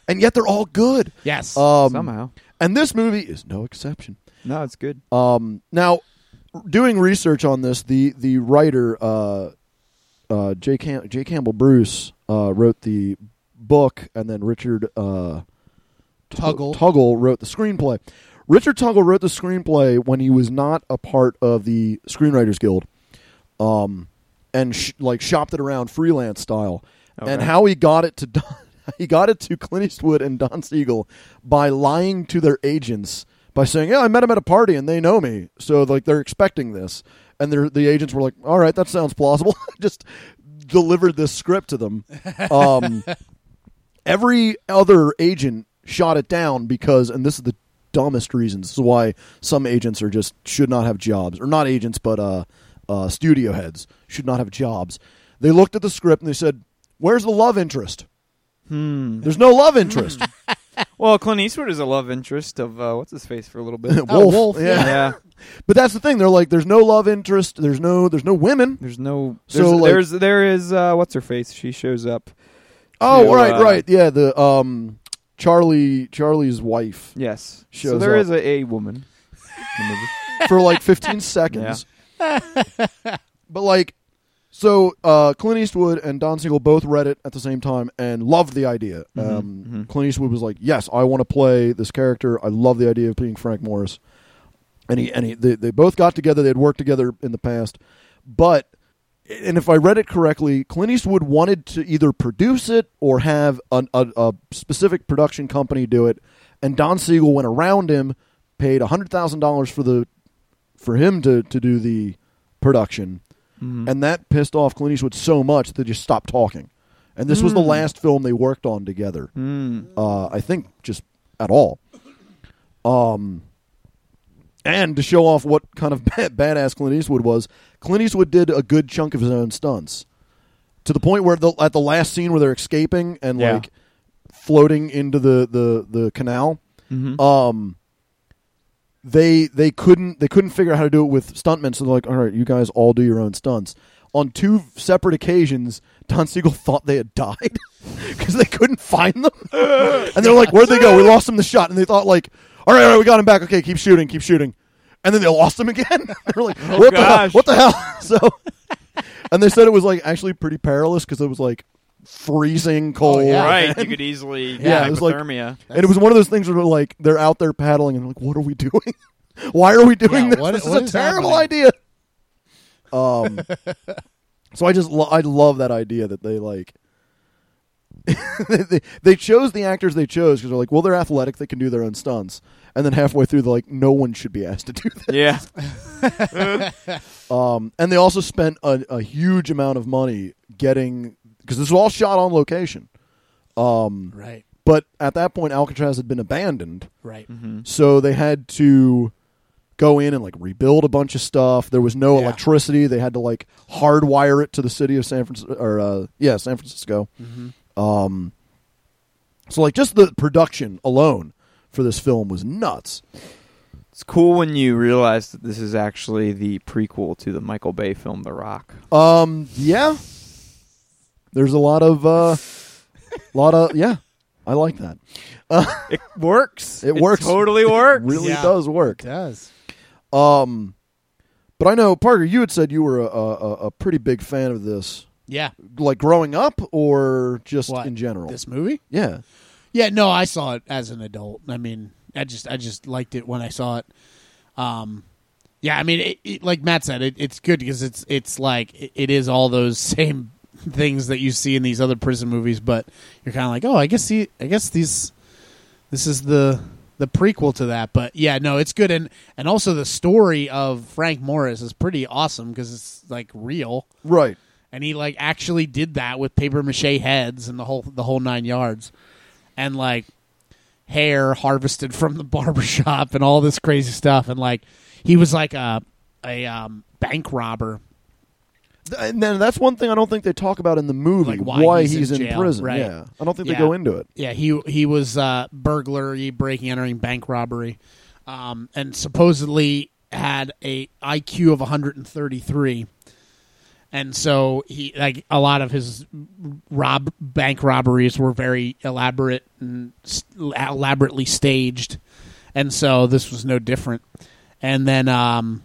and yet they're all good. Yes. Um, Somehow, and this movie is no exception. no, it's good. Um, now, doing research on this, the the writer uh, uh, J. Cam- J. Campbell Bruce uh, wrote the book, and then Richard uh, Tu- Tuggle. Tuggle wrote the screenplay. Richard Tuggle wrote the screenplay when he was not a part of the Screenwriters Guild, um, and sh- like shopped it around freelance style. And Okay. how he got it to [LAUGHS] Don, he got it to Clint Eastwood and Don Siegel by lying to their agents by saying, "Yeah, I met him at a party and they know me, so like they're expecting this." And they're, the agents were like, "All right, that sounds plausible." [LAUGHS] Just delivered this script to them. Um, every other agent shot it down because and this is the dumbest reason this is why some agents are just should not have jobs or not agents but uh, uh, studio heads should not have jobs they looked at the script and they said where's the love interest hmm. there's no love [LAUGHS] interest Well, Clint Eastwood is a love interest of uh, what's his face for a little bit. [LAUGHS] wolf, Oh, Wolf, yeah. yeah, but that's the thing they're like there's no love interest there's no there's no women [LAUGHS] there's no. So, There's, like- there's there is uh, what's her face. She shows up. oh No, right uh, right yeah the um charlie charlie's wife Yes. so Shows there up. is a, a woman. in the movie. for like 15 seconds. but like, so uh, Clint Eastwood and Don Siegel both read it at the same time and loved the idea. Um, mhm. Clint Eastwood was like, "Yes, I want to play this character. I love the idea of being Frank Morris." And he and he, they, they both got together. They had worked together in the past, but and if I read it correctly, Clint Eastwood wanted to either produce it or have an, a, a specific production company do it. And Don Siegel went around him, paid hundred thousand dollars for the for him to to do the production, and that pissed off Clint Eastwood so much that they just stopped talking. And this was the last film they worked on together. Uh, I think just at all. Um, and to show off what kind of [LAUGHS] bad, badass Clint Eastwood was, Clint Eastwood did a good chunk of his own stunts to the point where the, at the last scene where they're escaping and Yeah. like floating into the the the canal, um, they they couldn't they couldn't figure out how to do it with stuntmen. So they're like, all right, you guys all do your own stunts. On two separate occasions, Don Siegel [LAUGHS] thought they had died [LAUGHS] because they couldn't find them, and they're like, "Where'd they go? We lost them the shot." And they thought like, "All right, all right, we got him back. Okay, keep shooting, keep shooting." And then they lost him again. [LAUGHS] they're like, "What the hell? gosh. What the hell?" [LAUGHS] So, and they said it was like actually pretty perilous because it was like freezing cold. [LAUGHS] yeah. Right, you could easily get Yeah, it was like- hypothermia. And it was one of those things where like they're out there paddling and like, what are we doing? [LAUGHS] Why are we doing Yeah, this? what- this what is is a terrible happening? idea. Um, [LAUGHS] so I just lo- I love that idea that they like [LAUGHS] they, they, they chose the actors they chose because they're like, well, they're athletic, they can do their own stunts, and then halfway through they're like, no one should be asked to do that. yeah, Um, [LAUGHS] and they also spent a, a huge amount of money getting because this was all shot on location. right. But at that point, Alcatraz had been abandoned. Right. Mm-hmm. So they had to go in and like rebuild a bunch of stuff. There was no Yeah. electricity. They had to like hardwire it to the city of San Francisco or uh, yeah, San Francisco. Mm-hmm. Um, so like just the production alone for this film was nuts. [LAUGHS] it's cool when you realize that this is actually the prequel to the Michael Bay film The Rock. Um, yeah. There's a lot of uh lot of yeah. I like that. It works. It works. Totally works. It [LAUGHS] really Yeah. does work. does. Um but I know Parker you had said you were a, a, a pretty big fan of this Yeah. like growing up or just What? in general? This movie? yeah. Yeah. No, I saw it as an adult. I mean, I just I just liked it when I saw it. Um, yeah, I mean, it, it, like Matt said, it, it's good because it's it's like it, it is all those [LAUGHS] same things that you see in these other prison movies, but you're kind of like, oh, I guess he, I guess these, this is the the prequel to that. But yeah, no, it's good, and and also the story of Frank Morris is pretty awesome because it's like real, Right. and he like actually did that with paper mache heads and the whole the whole nine yards, and like hair harvested from the [LAUGHS] barber shop and all this crazy stuff, and like he was like a a um, bank robber Th- And then that's one thing I don't think they talk about in the movie. Like why he's in jail, prison? right. Yeah, I don't think they Yeah. go into it. Yeah, he he was uh, burglary, breaking, entering, bank robbery, um, and supposedly had a IQ of 133. And so he like a lot of his rob bank robberies were very elaborate and s- elaborately staged, and so this was no different. And then um,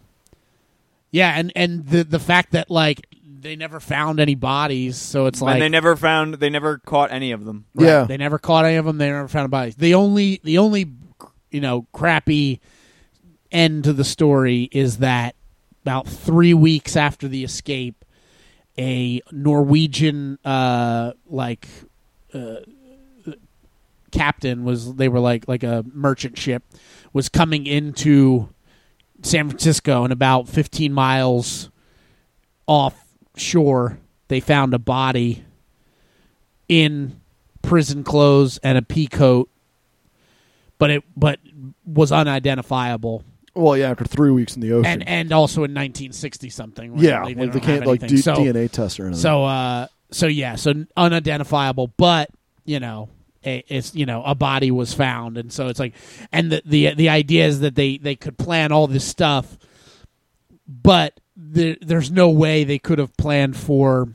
yeah, and and the the fact that like they never found any bodies, so it's like and they never found, they never caught any of them. Right. Yeah. they never caught any of them. They never found a body. The only the only you know crappy end to the story is that about three weeks after the escape, a Norwegian uh, like uh, captain was they were like like a merchant ship was coming into San Francisco and about 15 miles offshore they found a body in prison clothes and a pea coat but it but was unidentifiable Well, yeah, after three weeks in the ocean. and and also in 1960 something where yeah, they, like they don't have can't like anything. D- So- DNA test or anything. so uh so yeah, so unidentifiable, but you know, it, it's you know, a body was found and so it's like and the the the idea is that they they could plan all this stuff but there, there's no way they could have planned for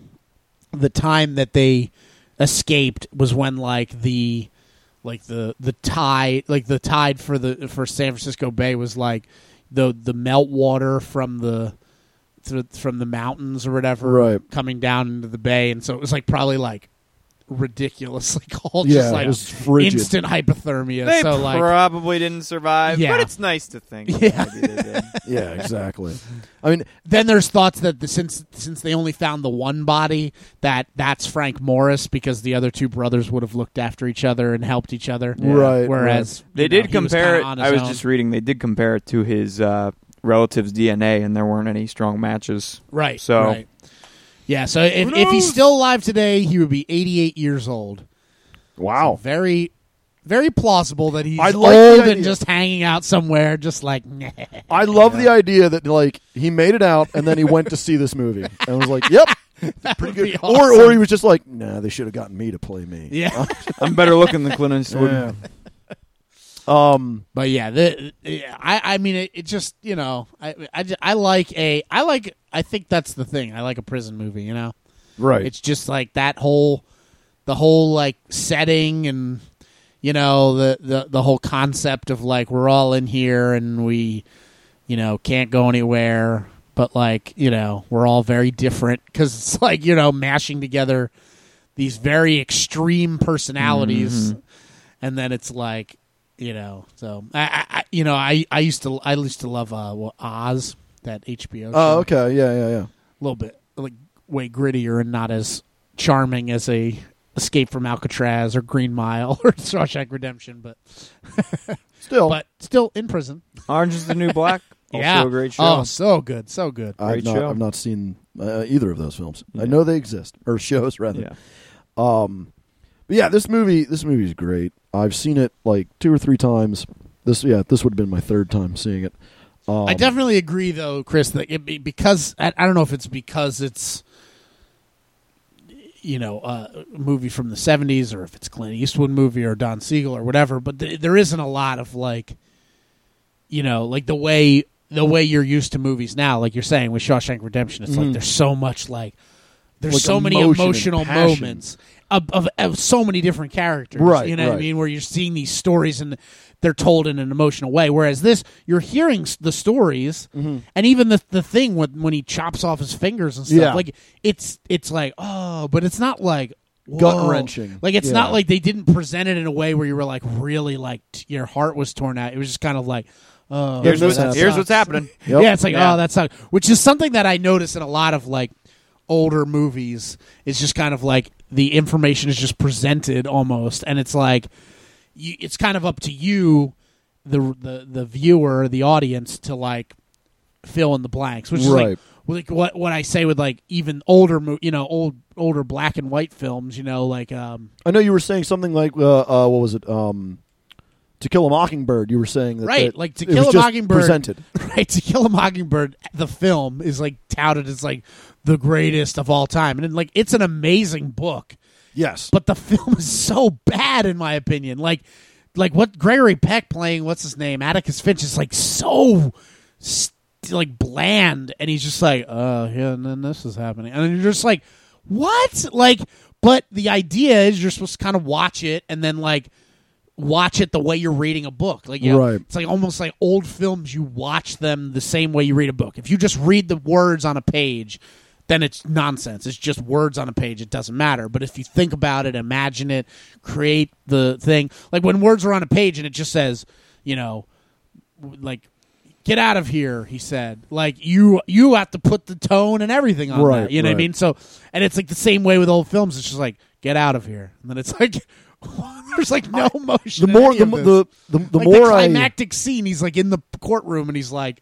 the time that they escaped was when like the like the the tide like the tide for the for San Francisco Bay was like the the meltwater from the th- from the mountains or whatever Right. coming down into the bay and so it was like probably like ridiculously cold yeah, just [LAUGHS] like it was frigid. instant hypothermia They so like probably didn't survive, Yeah. but it's nice to [LAUGHS] think. Yeah. maybe they did. [LAUGHS] Yeah, exactly. I [LAUGHS] mean, then there's thoughts that the, since since they only found the one body that that's Frank Morris because the other two brothers would have looked after each other and helped each other. Right, Whereas They you did know, he was compare it. kinda on I his was own. just reading. They did compare it to his uh, relative's DNA, and there weren't any strong matches. right. so- right. yeah. So if, Who if he's knows? still alive today, he would be 88 years old. wow. Very. Very plausible that he's I like the old idea. and just hanging out somewhere, just like [LAUGHS] "Nah." I love the idea that like he made it out and then he went to see this [LAUGHS] movie and was like, "Yep, pretty would good." be [LAUGHS] Or awesome. or he was just like, "Nah, they should have gotten me to play me." [LAUGHS] yeah. I'm better looking than Clint Eastwood. Yeah. um. But yeah, the, yeah, I I mean it, it just you know I I, ju- I like a I like I think that's the thing I like a prison movie you know Right. It's just like that whole, the whole like setting and you know the the the whole concept of like we're all in here and we, you know, can't go anywhere. But like you know, we're all very different because it's like you know mashing together these very extreme personalities, Mm-hmm. and then it's like you know, so I, I, I you know I I used to I used to love uh well, Oz that HBO. oh, show okay. Yeah, yeah, yeah. a little bit like way grittier and not as charming as a Escape from Alcatraz or Green Mile [LAUGHS] or Shawshank Redemption, but Still, but still in prison. Orange is the New Black. Oh. Also [LAUGHS] yeah, a great show. Oh, so good, so good. I've Great not, show. I've not seen uh, either of those films. I Yeah. know they exist or shows rather. yeah. Um, but yeah, this movie this movie is great. I've seen it like two or three times. This yeah, this would have been my third time seeing it. Um, I definitely agree, though, Chris, that it be, because I, I don't know if it's because it's you know a movie from the '70s or if it's Clint Eastwood movie or Don Siegel or whatever, but th- there isn't a lot of like you know like the way the way you're used to movies now, like you're saying with Shawshank Redemption, it's like there's so much like Mm-hmm. there's Like so many emotion and emotional passion. moments of, of, of so many different characters. Right, You know what right. I mean? Where you're seeing these stories and they're told in an emotional way. Whereas this, you're hearing s- the stories Mm-hmm. and even the the thing when when he chops off his fingers and stuff. Yeah. Like it's it's like oh, but it's not like Gut wrenching. Like it's Yeah. not like they didn't present it in a way where you were like really like t- your heart was torn out. It was just kind of like, oh, Here's, that what's, what's- here's sucks. what's happening. Yep. Yeah, it's like Yeah. oh, that sucks. Which is something that I notice in a lot of like older movies. It's just kind of like the information is just presented almost, and it's like you, it's kind of up to you, the the the viewer, the audience, to like fill in the blanks, which is Right. like, like what what I say with like even older, mo- you know, old older black and white films, you know, like um, I know you were saying something like, uh, uh, what was it? Um, to Kill a Mockingbird. You were saying that, Right, that like, To it was Kill a just Mockingbird- presented. [LAUGHS] right to kill a mockingbird the film is like touted as like the greatest of all time and then, like it's an amazing book Yes, but the [LAUGHS] film is so bad in my opinion like like what gregory peck playing what's his name atticus finch is like so st- like bland and he's just like uh yeah and then this is happening and then you're just like what like but the idea is you're supposed to kind of watch it and then like watch it the way you're reading a book like you know, Right. it's like almost like old films you watch them the same way you read a book if you just read the words on a page then it's nonsense it's just words on a page it doesn't matter but if you think about it imagine it create the thing like when words are on a page and it just says you know w- like get out of here he said like you you have to put the tone and everything on Right, that you know what right. i mean so and it's like the same way with old films it's just like get out of here and then it's like [LAUGHS] there's like no motion the in more any the of the, this. the, the, the like more the I climactic scene he's like in the courtroom and he's like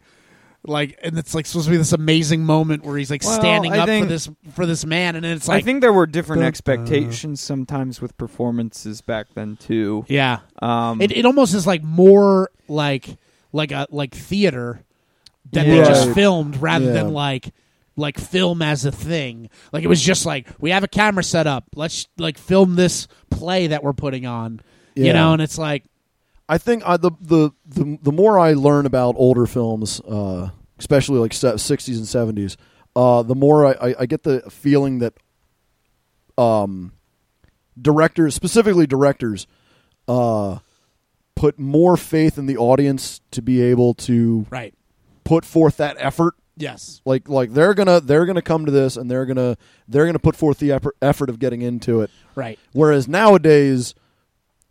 like and it's like supposed to be this amazing moment where he's like Well, standing I up think- for this for this man and then it's like I think there were different Dun, dun. expectations sometimes with performances back then too. yeah Um, It, it almost is like more like like a like theater that they Yeah. just Right. filmed rather than Yeah. like like film as a thing. Like it was just like we have a camera set up. Let's like film this play that we're putting on. Yeah. You know, and it's like I think I, the, the the the more I learn about older films, uh, especially like sixties and seventies, uh, the more I, I, I get the feeling that um, directors, specifically directors, uh, put more faith in the audience to be able to right. put forth that effort Yes. like like they're gonna they're gonna come to this and they're gonna they're gonna put forth the effort, effort of getting into it Right. whereas nowadays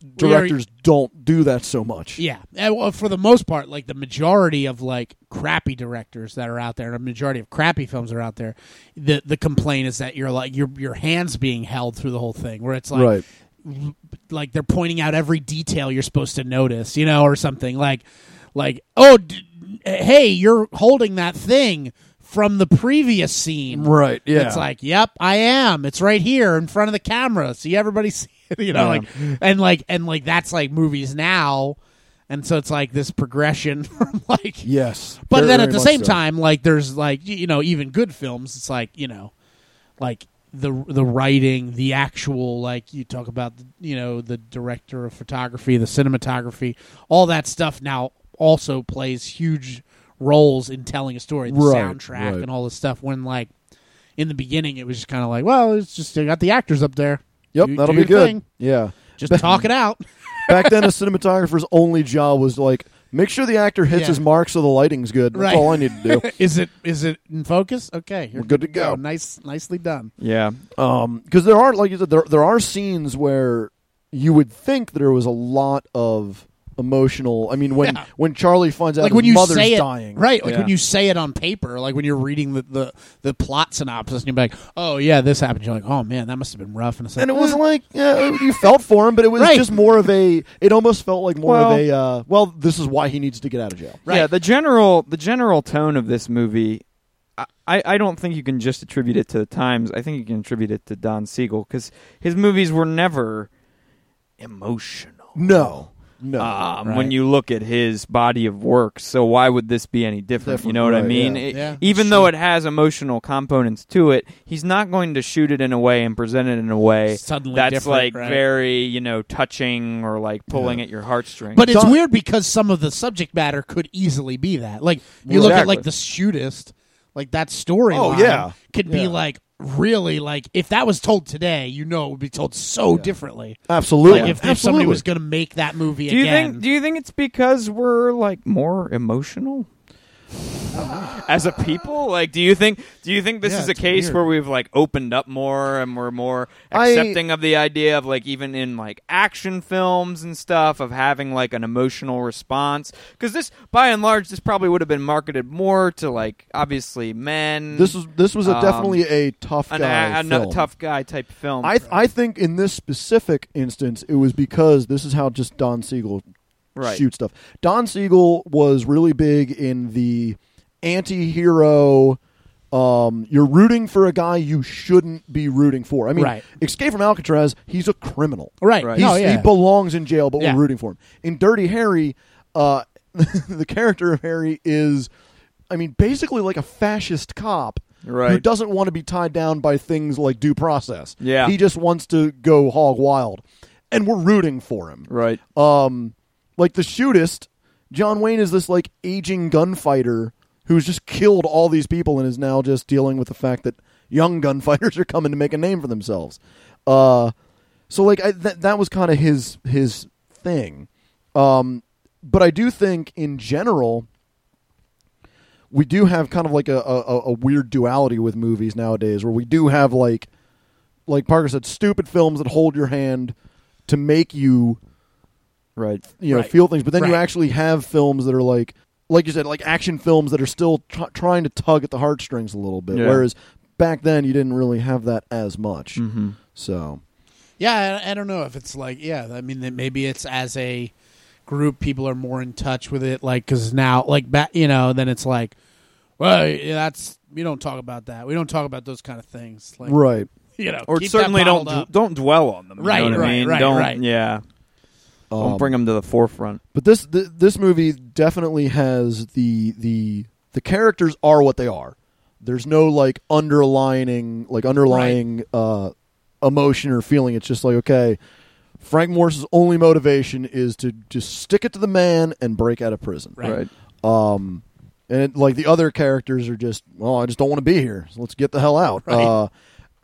We are- directors don't do that so much Yeah, and, well, for the most part, like the majority of like crappy directors that are out there, and a majority of crappy films that are out there, the the complaint is that you're like your your hands being held through the whole thing, where it's like Right. l- like they're pointing out every detail you're supposed to notice, you know, or something like like oh, d- hey, you're holding that thing from the previous scene, right yeah it's like, yep, I am. It's right here in front of the camera. See everybody [LAUGHS] see it, you know, like and like and like that's like movies now. And so it's like this progression [LAUGHS] from like yes But Very, then at very the much same so. time, like there's like y- you know, even good films, it's like, you know, like the the writing, the actual like you talk about you know, the director of photography, the cinematography, all that stuff now also plays huge roles in telling a story, the Right, soundtrack right. and all this stuff when like in the beginning it was just kind of like, well, it's just you got the actors up there. yep Do- that'll do be your good thing. yeah Just [LAUGHS] talk it out. back then a cinematographer's only job was like make sure the actor hits Yeah. his mark so the lighting's good that's [LAUGHS] Right. all i need to do Is it is it in focus? Okay, you're We're good to go. Nice, nicely done. yeah. Um 'cause because there are like you said there, there are scenes where you would think there was a lot of emotional i mean when Yeah. when charlie finds out like his when you mother's say it, dying right? Like Yeah. when you say it on paper, like when you're reading the, the, the plot synopsis, and you're like, "Oh yeah, this happened." You're like, "Oh man, that must have been rough." And it's like, and it wasn't like yeah, you felt for him but it was Right. just more of a it almost felt like more Well- of a uh, well this is why he needs to get out of jail Right. Yeah, the general the general tone of this movie, I, I I don't think you can just attribute it to the times. I think you can attribute it to Don Siegel because his movies were never emotional. no no Uh, Um, Right. When you look at his body of work, so why would this be any different? you Different, know what I right, mean? yeah. It- Yeah, even it's though true. it has emotional components to it, he's not going to shoot it in a way and present it in a way Suddenly that's different, like right? very you know touching or like pulling at your heartstrings. But it's Don- weird because some of the subject matter could easily be that. Like you look at like the shootist, like that storyline. Oh, yeah. could Yeah. be like really like if that was told today, you know, it would be told so differently. absolutely Like if, if absolutely somebody was going to make that movie Do you again, think? Do you think it's because we're like more emotional? as a people? Like, do you think do you think this Yeah, is a it's case weird. where we've like opened up more and we're more I- accepting of the idea of like even in like action films and stuff of having like an emotional response? Because this, by and large, this probably would have been marketed more to like obviously men. This was this was a, Um, definitely a tough an, guy. a, another film. tough guy type Um, film. I th- I think in this specific instance, it was because this is how just Don Siegel right. shoot stuff. Don Siegel was really big in the anti-hero. Um, you're rooting for a guy you shouldn't be rooting for. I mean, Right. Escape from Alcatraz, he's a criminal. Right. Right. He's, No, yeah. He belongs in jail, but Yeah. we're rooting for him. In Dirty Harry, uh, [LAUGHS] the character of Harry is, I mean, basically like a fascist cop who Right. doesn't want to be tied down by things like due process. Yeah. He just wants to go hog wild. And we're rooting for him Right. um like the shootist john wayne is this like aging gunfighter who's just killed all these people and is now just dealing with the fact that young [LAUGHS] gunfighters are coming to make a name for themselves uh so like I, that that was kind of his his thing um but i do think in general we do have kind of like a, a, a- a weird duality with movies nowadays where we do have like like parker said stupid films that hold your hand to make you Right. you know Right. feel things but then you Right. actually have films that are like like you said like action films that are still tr- trying to tug at the heartstrings a little bit Yeah. whereas back then you didn't really have that as much Mm-hmm. so Yeah, I, I don't know if it's like yeah. I mean, that maybe it's as a group, people are more in touch with it. Like, because now, like back, you know, then it's like, well, yeah, that's we don't talk about that. We don't talk about those kind of things. Like, right you know, Or keep that certainly don't bottled up. don't dwell on them. you know Right, what I right, mean? right, Don't- right. Yeah. Um, don't bring them to the forefront. but this th- this movie definitely has the the the characters are what they are there's no like underlining like underlying uh emotion or feeling it's just like okay frank morse's only motivation is to just stick it to the man and break out of prison Right. right. Um, and it, like the other characters are just, well, I just don't want to be here. So let's get the hell out. Right. Uh,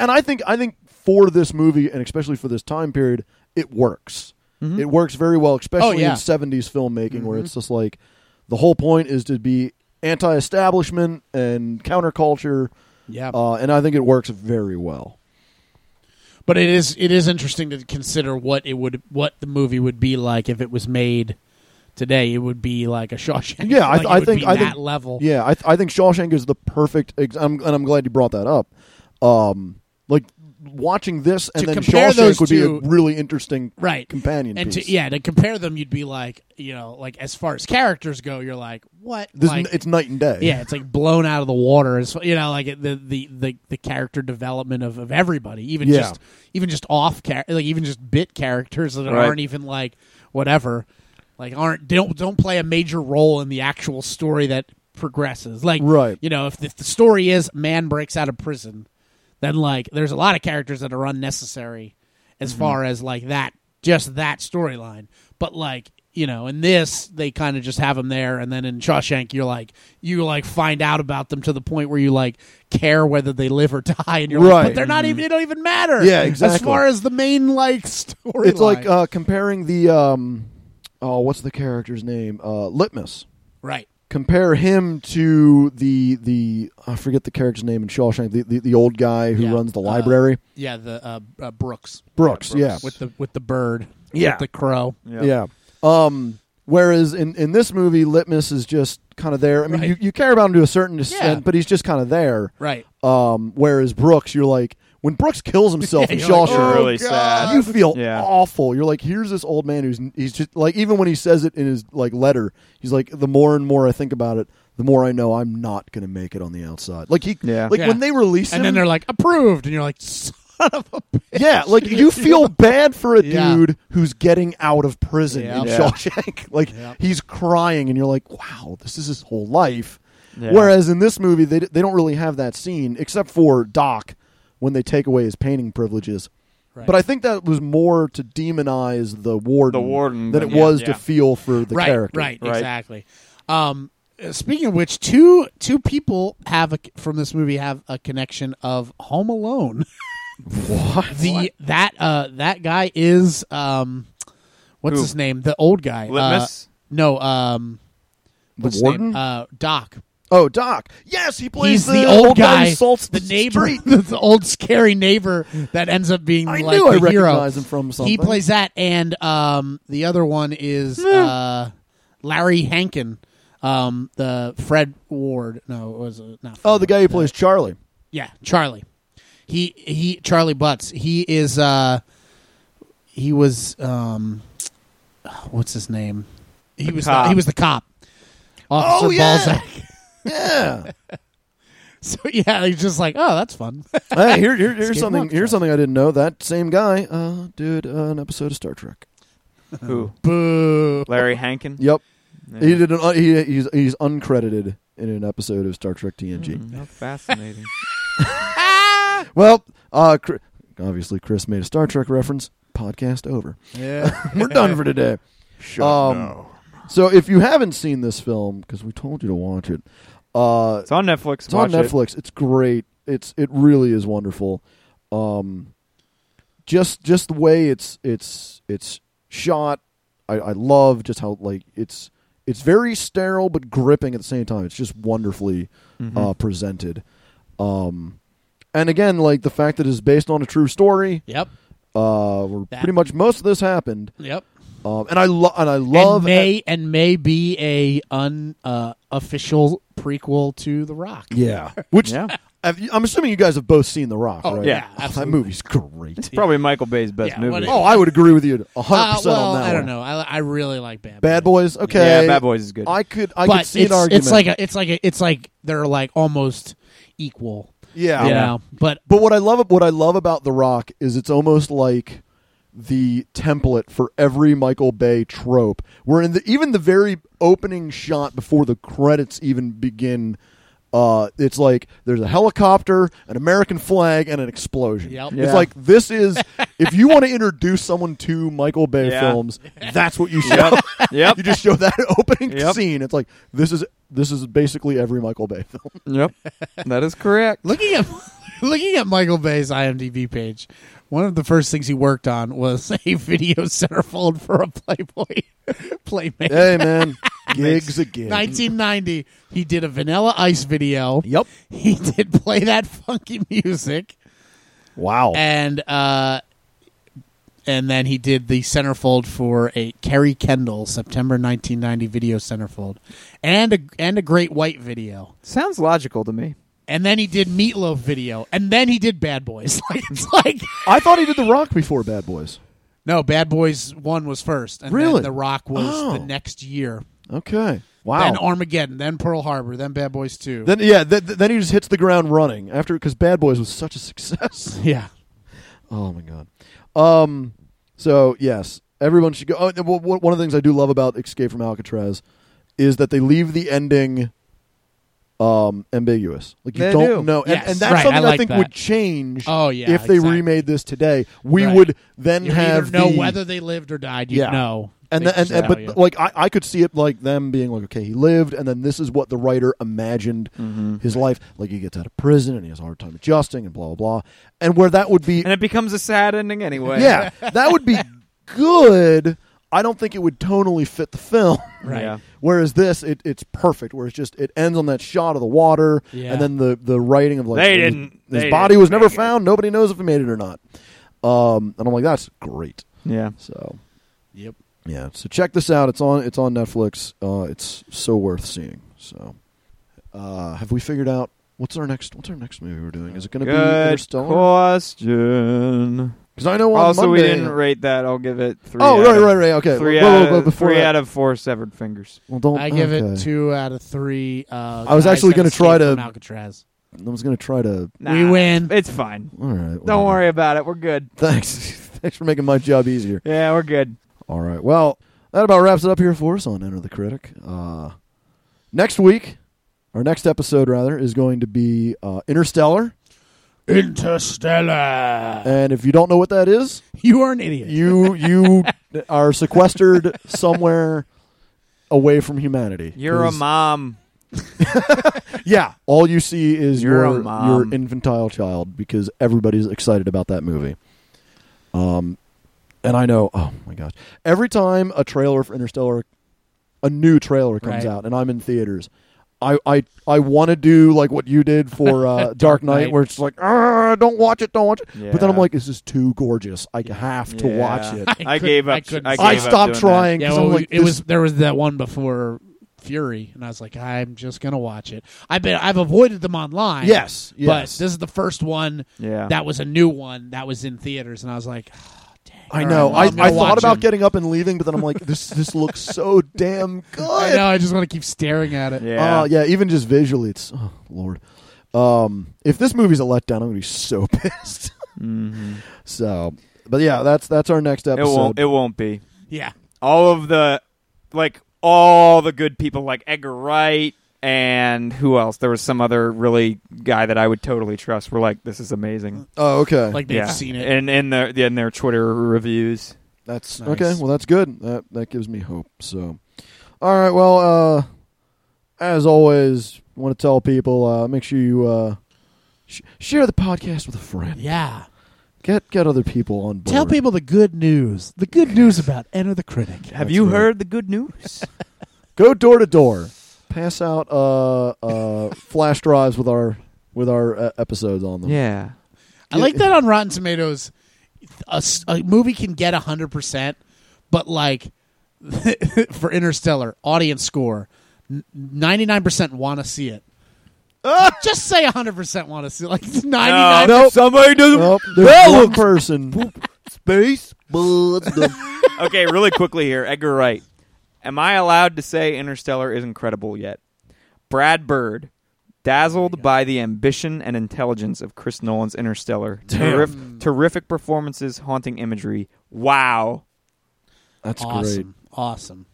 and I think I think for this movie and especially for this time period, it works. It works very well, especially Mm-hmm. Oh, yeah. Mm-hmm. in seventies filmmaking, where it's just like the whole point is to be anti-establishment and counterculture. Yeah, Uh, and I think it works very well. but it is it is interesting to consider what it would what the movie would be like if it was made today. It would be like a Shawshank. Yeah, I- Like, it I would think- be I that think- level. Yeah, I, th- I think Shawshank is the perfect. Ex- I'm, and I'm glad you brought that up. Um, like watching this and To then compare those Shawshank would be two- a really interesting Right. companion and piece. to, yeah, to compare them, you'd be like, you know, like as far as characters go, you're like, what? This, like, it's night and day. yeah, it's like blown out of the water. As you know, like the the the, the character development of, of everybody, even Yeah. just even just off char- like even just bit characters that Right. aren't even like whatever, like aren't don't don't play a major role in the actual story that progresses. Like Right. you know, if the, if the story is man breaks out of prison, then like there's a lot of characters that are unnecessary as Mm-hmm. far as like that just that storyline but like you know in this they kind of just have them there and then in Shawshank you're like you like find out about them to the point where you like care whether they live or [LAUGHS] die and you're like but Right. Mm-hmm. they're not even they don't even matter Yeah, exactly. as far as the main like [LAUGHS] story it's like uh, comparing the um, oh, what's the character's name? Uh, Litmus. right Compare him to the the I forget the character's name in Shawshank. The the, the old guy who Yeah. runs the Uh, library, yeah the uh, uh, Brooks Brooks, Yeah, with the with the bird Yeah. with the crow yeah. Um, whereas in in this movie, Litmus is just kind of there. I mean, Right. you, you care about him to a certain extent, Yeah. but he's just kind of there. right Um, whereas Brooks, you're like when Brooks kills [LAUGHS] himself in you're like, "Oh, Shawshank, You're really God. sad. you feel Yeah. awful. You're like, here's this old man who's he's just like even when he says it in his like letter, he's like, the more and more I think about it, the more I know I'm not gonna make it on the outside. Like he, Yeah. like Yeah. when they release and him, then they're like approved and you're like son of a bitch. yeah, like you [LAUGHS] feel bad for a Yeah. dude who's getting out of prison Yeah. in Yeah. Shawshank. [LAUGHS] Like Yeah. he's crying, and you're like, wow, this is his whole life. Yeah. Whereas in this movie, they they don't really have that scene except for Doc when they take away his painting privileges. Right. But I think that was more to demonize the warden, The warden than it than- was yeah. to feel for the right, character. Right, Right. exactly. Um, uh, speaking of which, two two people have a, from this movie have a connection of Home Alone. [LAUGHS] What? The that uh that guy is um what's Who? [LAUGHS] his name? The old guy. Uh, Litmus? no, um The what's his warden? name? Uh Doc. Oh, Doc. Yes, he plays He's the, old guy, [LAUGHS] the neighbor, street. the old scary neighbor that ends up being I like knew the I hero. recognized him from something. He plays that, and um, the other one is uh, Larry Hankin, um, the Fred Ward. No, it was uh, not. Fred Oh, the Ward. guy who plays Charlie. Yeah, Charlie. He he Charlie Butts. He is uh he was um what's his name? He was the- cop. he was the cop. Officer Oh, yeah. Balzac. [LAUGHS] Yeah. [LAUGHS] So yeah, he's just like, "Oh, that's fun." [LAUGHS] hey, here, here- here's Escape something. Monster. Here's something I didn't know. That same guy uh, did uh, an episode of Star Trek. Who? Boo. Larry [LAUGHS] Hankin? Yep. Yeah. He did. An, uh, he, he's he's uncredited in an episode of Star Trek TNG. Mm, how fascinating. Well, uh, Cr- obviously Chris made a Star Trek reference. Podcast over. Yeah. We're done for today. Shut Um, no. So if you haven't seen this film, because we told you to watch it, uh, it's on Netflix. it's on Watch it. Netflix. It's great. It's it really is wonderful. Um, just just the way it's it's it's shot. I, I love just how like it's it's very sterile but gripping at the same time. It's just wonderfully uh, presented. Um, and again, like the fact that it's based on a true story, [LAUGHS] Yep. uh, where That- pretty much most of this happened. Yep. Um, and I love and I love and may and may be a un uh, official prequel to The Rock. Yeah. Which Yeah. have you- I'm assuming you guys have both seen The Rock, Oh, right? yeah, that absolutely. movie's great. Probably Michael Bay's best Yeah, movie. what- Oh, I would agree with you 100% Uh, well, on that. I don't one. know. I, I really like Bad Bad Boys. Boys, okay. Yeah, Bad Boys is good. I could I but could see it's, an argument. it's like a, it's like a, it's like they're like almost equal. yeah. you know? But But what I love what I love about The Rock is it's almost like the template for every Michael Bay trope. Where in the even the very opening shot before the credits even begin uh, it's like there's a helicopter, an American flag, and an explosion. Yep. It's Yeah. like this is if you want to introduce someone to Michael [LAUGHS] Bay Yeah. films, that's what you show. [LAUGHS] yep. [LAUGHS] You just show that [LAUGHS] opening Yep. scene. It's like this is this is basically every Michael Bay film. [LAUGHS] Yep. That is correct. looking at [LAUGHS] looking at Michael Bay's IMDb page, one of the first things he worked on was a [LAUGHS] video centerfold for a Playboy [LAUGHS] playmate. hey man, [LAUGHS] gigs again. 1990, he did a Vanilla Ice video. Yep. He did play that funky music, Wow. and uh, and then he did the centerfold for a Kerry Kendall September 1990 video centerfold, and a and a Great White video. Sounds logical to me. and then he did Meatloaf video, and then he did Bad Boys. [LAUGHS] Like it's like I thought he did The Rock before Bad Boys. no, Bad Boys one was first, and Really? then The Rock was the Oh. next year. Okay. Wow. Then Armageddon, then Pearl Harbor, then Bad Boys two. Then yeah, th- th- then he just hits the ground running after because Bad Boys was such a success. yeah, oh my god. Um. So yes, everyone should go. Oh, and w- w- one of the things I do love about Escape from Alcatraz is that they leave the ending um ambiguous. Like you They don't do. know, and, Yes, and that's right, something I I, like think that. would change. Oh, yeah, if they exactly. remade this today, we Right. would then you have either know the- whether they lived or died. You Yeah. know, and They the, and, just and tell but you. like I, I could see it like them being like okay he lived and then this is what the writer imagined Mm-hmm. his life like he gets out of prison and he has a hard time adjusting and blah blah blah and where that would be And it becomes a sad ending anyway. [LAUGHS] yeah that would be good I don't think it would tonally fit the film Right. Yeah. whereas this it, it's perfect where it's just it ends on that shot of the water Yeah. and then the the writing of like They his- didn't- his they body didn't was never make it. found nobody knows if he made it or not um and I'm like that's great Yeah. so. yep. Yeah. So check this out. It's on. It's on Netflix. Uh, it's so worth seeing. So, uh, have we figured out what's our next? What's our next movie we're doing? Is it going to be Good Interstellar? question. Because I know on Also, Monday. we didn't rate that. I'll give it three. oh out right, of- right, right. Okay. Three, Whoa, whoa, out, whoa, of, before three that- out of four severed fingers. Well, don't. I give it Oh, okay. two out of three. Uh, I was guys actually that gonna try escaped to- from Alcatraz. I was going to try to. Nah, We win. It's fine. All right. whatever. Don't worry about it. We're good. Thanks. [LAUGHS] Thanks for making my job easier. Yeah, we're good. All right. Well, that about wraps it up here for us on Enter the Critic. Uh, next week, our next episode rather is going to be uh, Interstellar. Interstellar. And if you don't know what that is, You are an idiot. [LAUGHS] you you are sequestered somewhere away from humanity. You're a 'Cause- mom. Yeah, all you see is You're a your mom. your infantile child because everybody's excited about that movie. Um, and I know. Oh my gosh! Every time a trailer for Interstellar, a new trailer comes Right. out, and I'm in theaters, I I, I want to do like what you did [LAUGHS] for uh, Dark, Knight, Knight. where it's like, "Ah, don't watch it, don't watch it. But then I'm Yeah. like, this is too gorgeous. I have to Yeah. watch [LAUGHS] it. I, gave up. couldn't I, stop. I gave up stopped doing trying Yeah, 'cause well, I'm like, it this- was there was that one before Fury, and I was like, I'm just gonna watch it. I've been I've avoided them online. Yes, but yes. this is the first one That. Yeah, that was a new one that was in theaters, and I was like, "Ah, dang, I all know. right, I, I'm gonna I thought watch about it." getting up and leaving, but then I'm like, this this looks [LAUGHS] so damn I good. know. I just want to keep staring at it. yeah. Uh, yeah, even just visually, it's oh lord. Um, if this movie's a letdown, I'm gonna be so [LAUGHS] pissed. Mm-hmm. Mhm. so, but yeah, that's that's our next It episode. won't. It won't be. Yeah. all of the like all the good people like Edgar Wright and who else? There was some other really guy that I would totally trust. We're like, this is amazing. oh, okay. Like they've yeah, seen it. and in their in their Twitter reviews. That's Nice. okay. Well, that's good. That that gives me hope. So, all right. Well, uh, as always, want to tell people uh, make sure you uh, sh- share the podcast with a friend. yeah. Get get other people on board. Tell people the good news. The good news about Enter the Critic. Have That's you right. heard the good news? Go door to door. Pass out uh, uh, flash drives with our with our uh, episodes on them. yeah. I like that on Rotten Tomatoes. A, s- a movie can get 100%, but like [LAUGHS] for Interstellar, audience score, n- 99% want to see it. Just say 100% want to see it. Like 99 Nope. Somebody doesn't. Nope, there's one person. Space. But- okay, really quickly here, Edgar Wright. Am I allowed to say Interstellar is incredible yet? Brad Bird, dazzled by the ambition and intelligence of Chris Nolan's Interstellar. Terrif- terrific performances, haunting imagery. Wow. that's awesome. great. Awesome.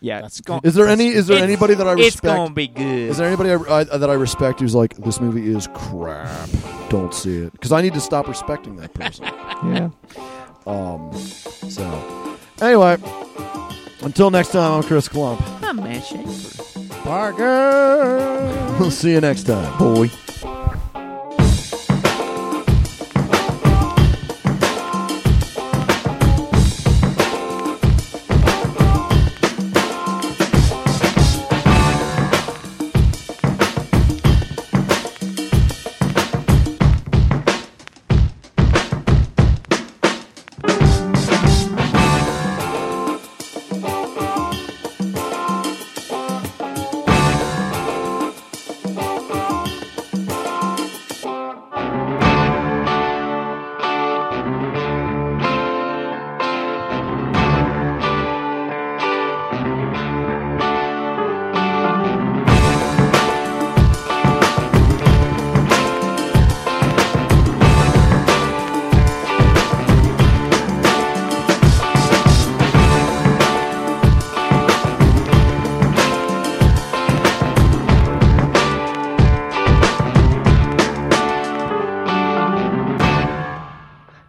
Yeah. That's gon- Is there any is there it's- anybody that I It's respect? going to be good. Is there anybody I, I, that I respect who's like, this movie is crap? Don't see it. Because I need to stop respecting that person. [LAUGHS] yeah. um, so, anyway, until next time, I'm Chris Klump. Parker. [LAUGHS] We'll see you next time. Boy.